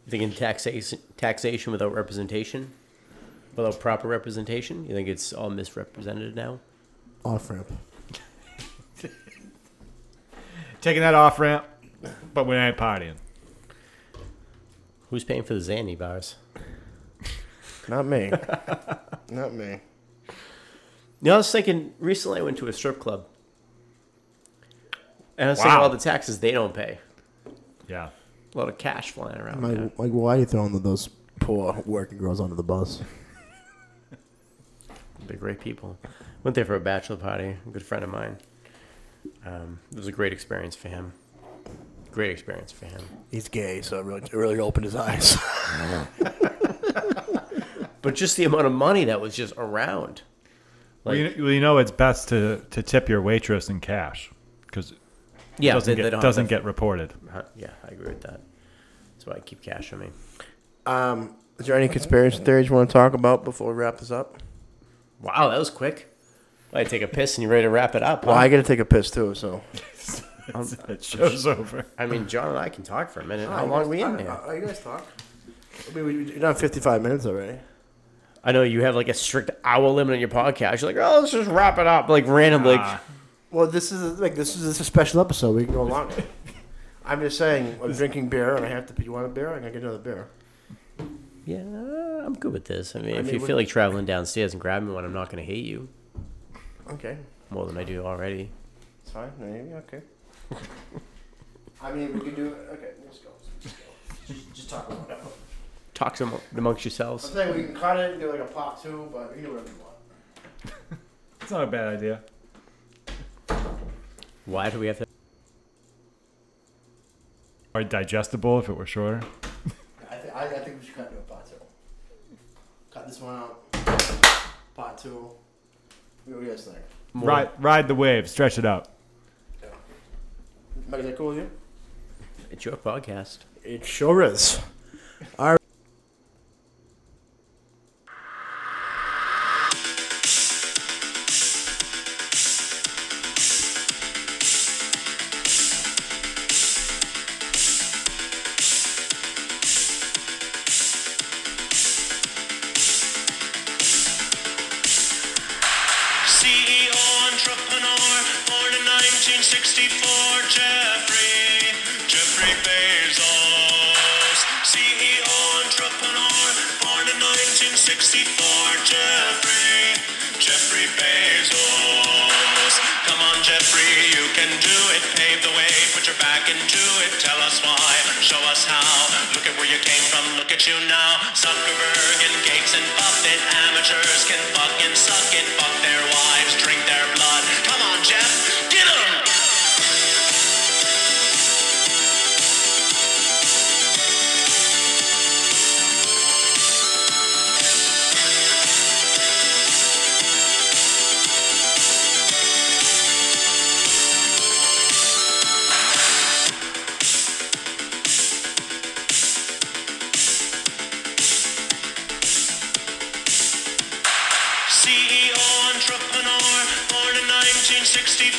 Speaker 6: You thinking taxation, taxation without representation, without proper representation? You think it's all misrepresented now?
Speaker 4: Off ramp.
Speaker 7: Taking that off ramp, but we ain't partying.
Speaker 6: Who's paying for the Xanny bars?
Speaker 4: Not me. not
Speaker 6: You
Speaker 4: me.
Speaker 6: know, I was thinking recently. I went to a strip club, and I was
Speaker 7: Wow.
Speaker 6: thinking all the taxes they don't pay.
Speaker 7: Yeah.
Speaker 6: A lot of cash flying around.
Speaker 8: like,
Speaker 6: man.
Speaker 8: like why are you throwing those poor working girls under the bus?
Speaker 6: They're great people. Went there for a bachelor party. A good friend of mine. Um, it was a great experience for him. Great experience for him.
Speaker 4: He's gay, so it really, it really opened his eyes.
Speaker 6: but just the amount of money that was just around.
Speaker 7: well, you, well, you know, it's best to, to tip your waitress in cash because it
Speaker 6: Yeah, they-
Speaker 7: doesn't,
Speaker 6: they
Speaker 7: get,
Speaker 6: don't have
Speaker 7: doesn't
Speaker 6: the-
Speaker 7: get reported.
Speaker 6: Huh, Yeah, I agree with that. That's why I keep cash on me.
Speaker 4: Um, Is there any conspiracy theories you want to talk about before we wrap this up?
Speaker 6: Wow, that was quick. I take a piss and you're ready to wrap it up.
Speaker 4: Well,
Speaker 6: huh?
Speaker 4: I got to take a piss too, so.
Speaker 7: It shows over.
Speaker 6: I mean, John and I can talk for a minute. How long are we in here?
Speaker 4: you guys talk. I mean, we- we're done 55 minutes already.
Speaker 6: I know you have like a strict hour limit on your podcast. You're like, oh, let's just wrap it up, like randomly.
Speaker 7: Ah.
Speaker 4: Well, this is like this is, this is a special episode. We can go longer. I'm just saying, I'm drinking beer, and I have to. You want a beer? I can get another beer.
Speaker 6: yeah, I'm good with this. I mean, if
Speaker 4: mean,
Speaker 6: you
Speaker 4: we-
Speaker 6: feel like traveling downstairs and grabbing one, I'm not going to hate you
Speaker 4: Okay,
Speaker 6: more than I do already.
Speaker 4: it's fine. Maybe okay. I mean, we can do. Okay, let's go. Let's go. Just, just talk about it.
Speaker 6: Talk some amongst yourselves.
Speaker 4: I'm saying we can cut it and do like a part two, but we can do whatever you want.
Speaker 7: It's not a bad idea.
Speaker 6: Why do we have to?
Speaker 7: Or digestible if it were shorter.
Speaker 4: I, th- I, I think we should cut it to a part two. Cut this one out. Part two. What do you guys think?
Speaker 7: Ride, ride the wave, stretch it out.
Speaker 4: Mike, is that cool with you?
Speaker 6: It's your podcast.
Speaker 4: It sure is.
Speaker 9: CEO, E entrepreneur, born in 1964, Jeffrey, Jeffrey Bezos. CEO, entrepreneur, born in 1964, Jeffrey, Jeffrey Bezos. Come on, Jeffrey, you can do it. Pave the way, put your back into it. Tell us why, show us how. Look at where you came from, look at you now. Zuckerberg and Gates and Buffett, amateurs can fucking suck it. Fuck their wives, drink their blood. Come on, Jeff, get 'em! CEO, E entrepreneur, born in 1964,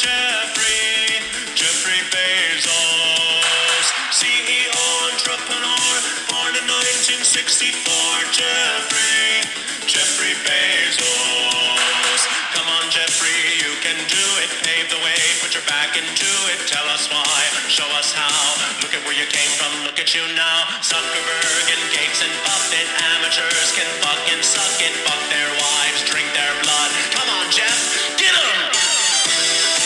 Speaker 9: Jeffrey, Jeffrey Bezos. CEO, entrepreneur, born in 1964, Jeffrey, Jeffrey Bezos. Come on, Jeffrey, you can do it. Pave the way, put your back into it. Tell us why, show us how. Look at where you came from, look at you now. Zuckerberg and Gates and Buffett, amateurs can fucking suck it. Fuck their wives, drink their blood. Come on, Jeff, get 'em!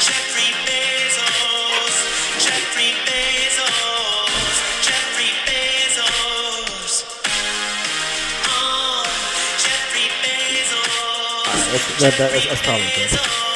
Speaker 9: Jeffrey Bezos. Jeffrey Bezos. Jeffrey Bezos. Oh, Jeffrey Bezos.
Speaker 4: Ah,
Speaker 10: That's, that, that, that's, that's probably good.
Speaker 9: Bezos.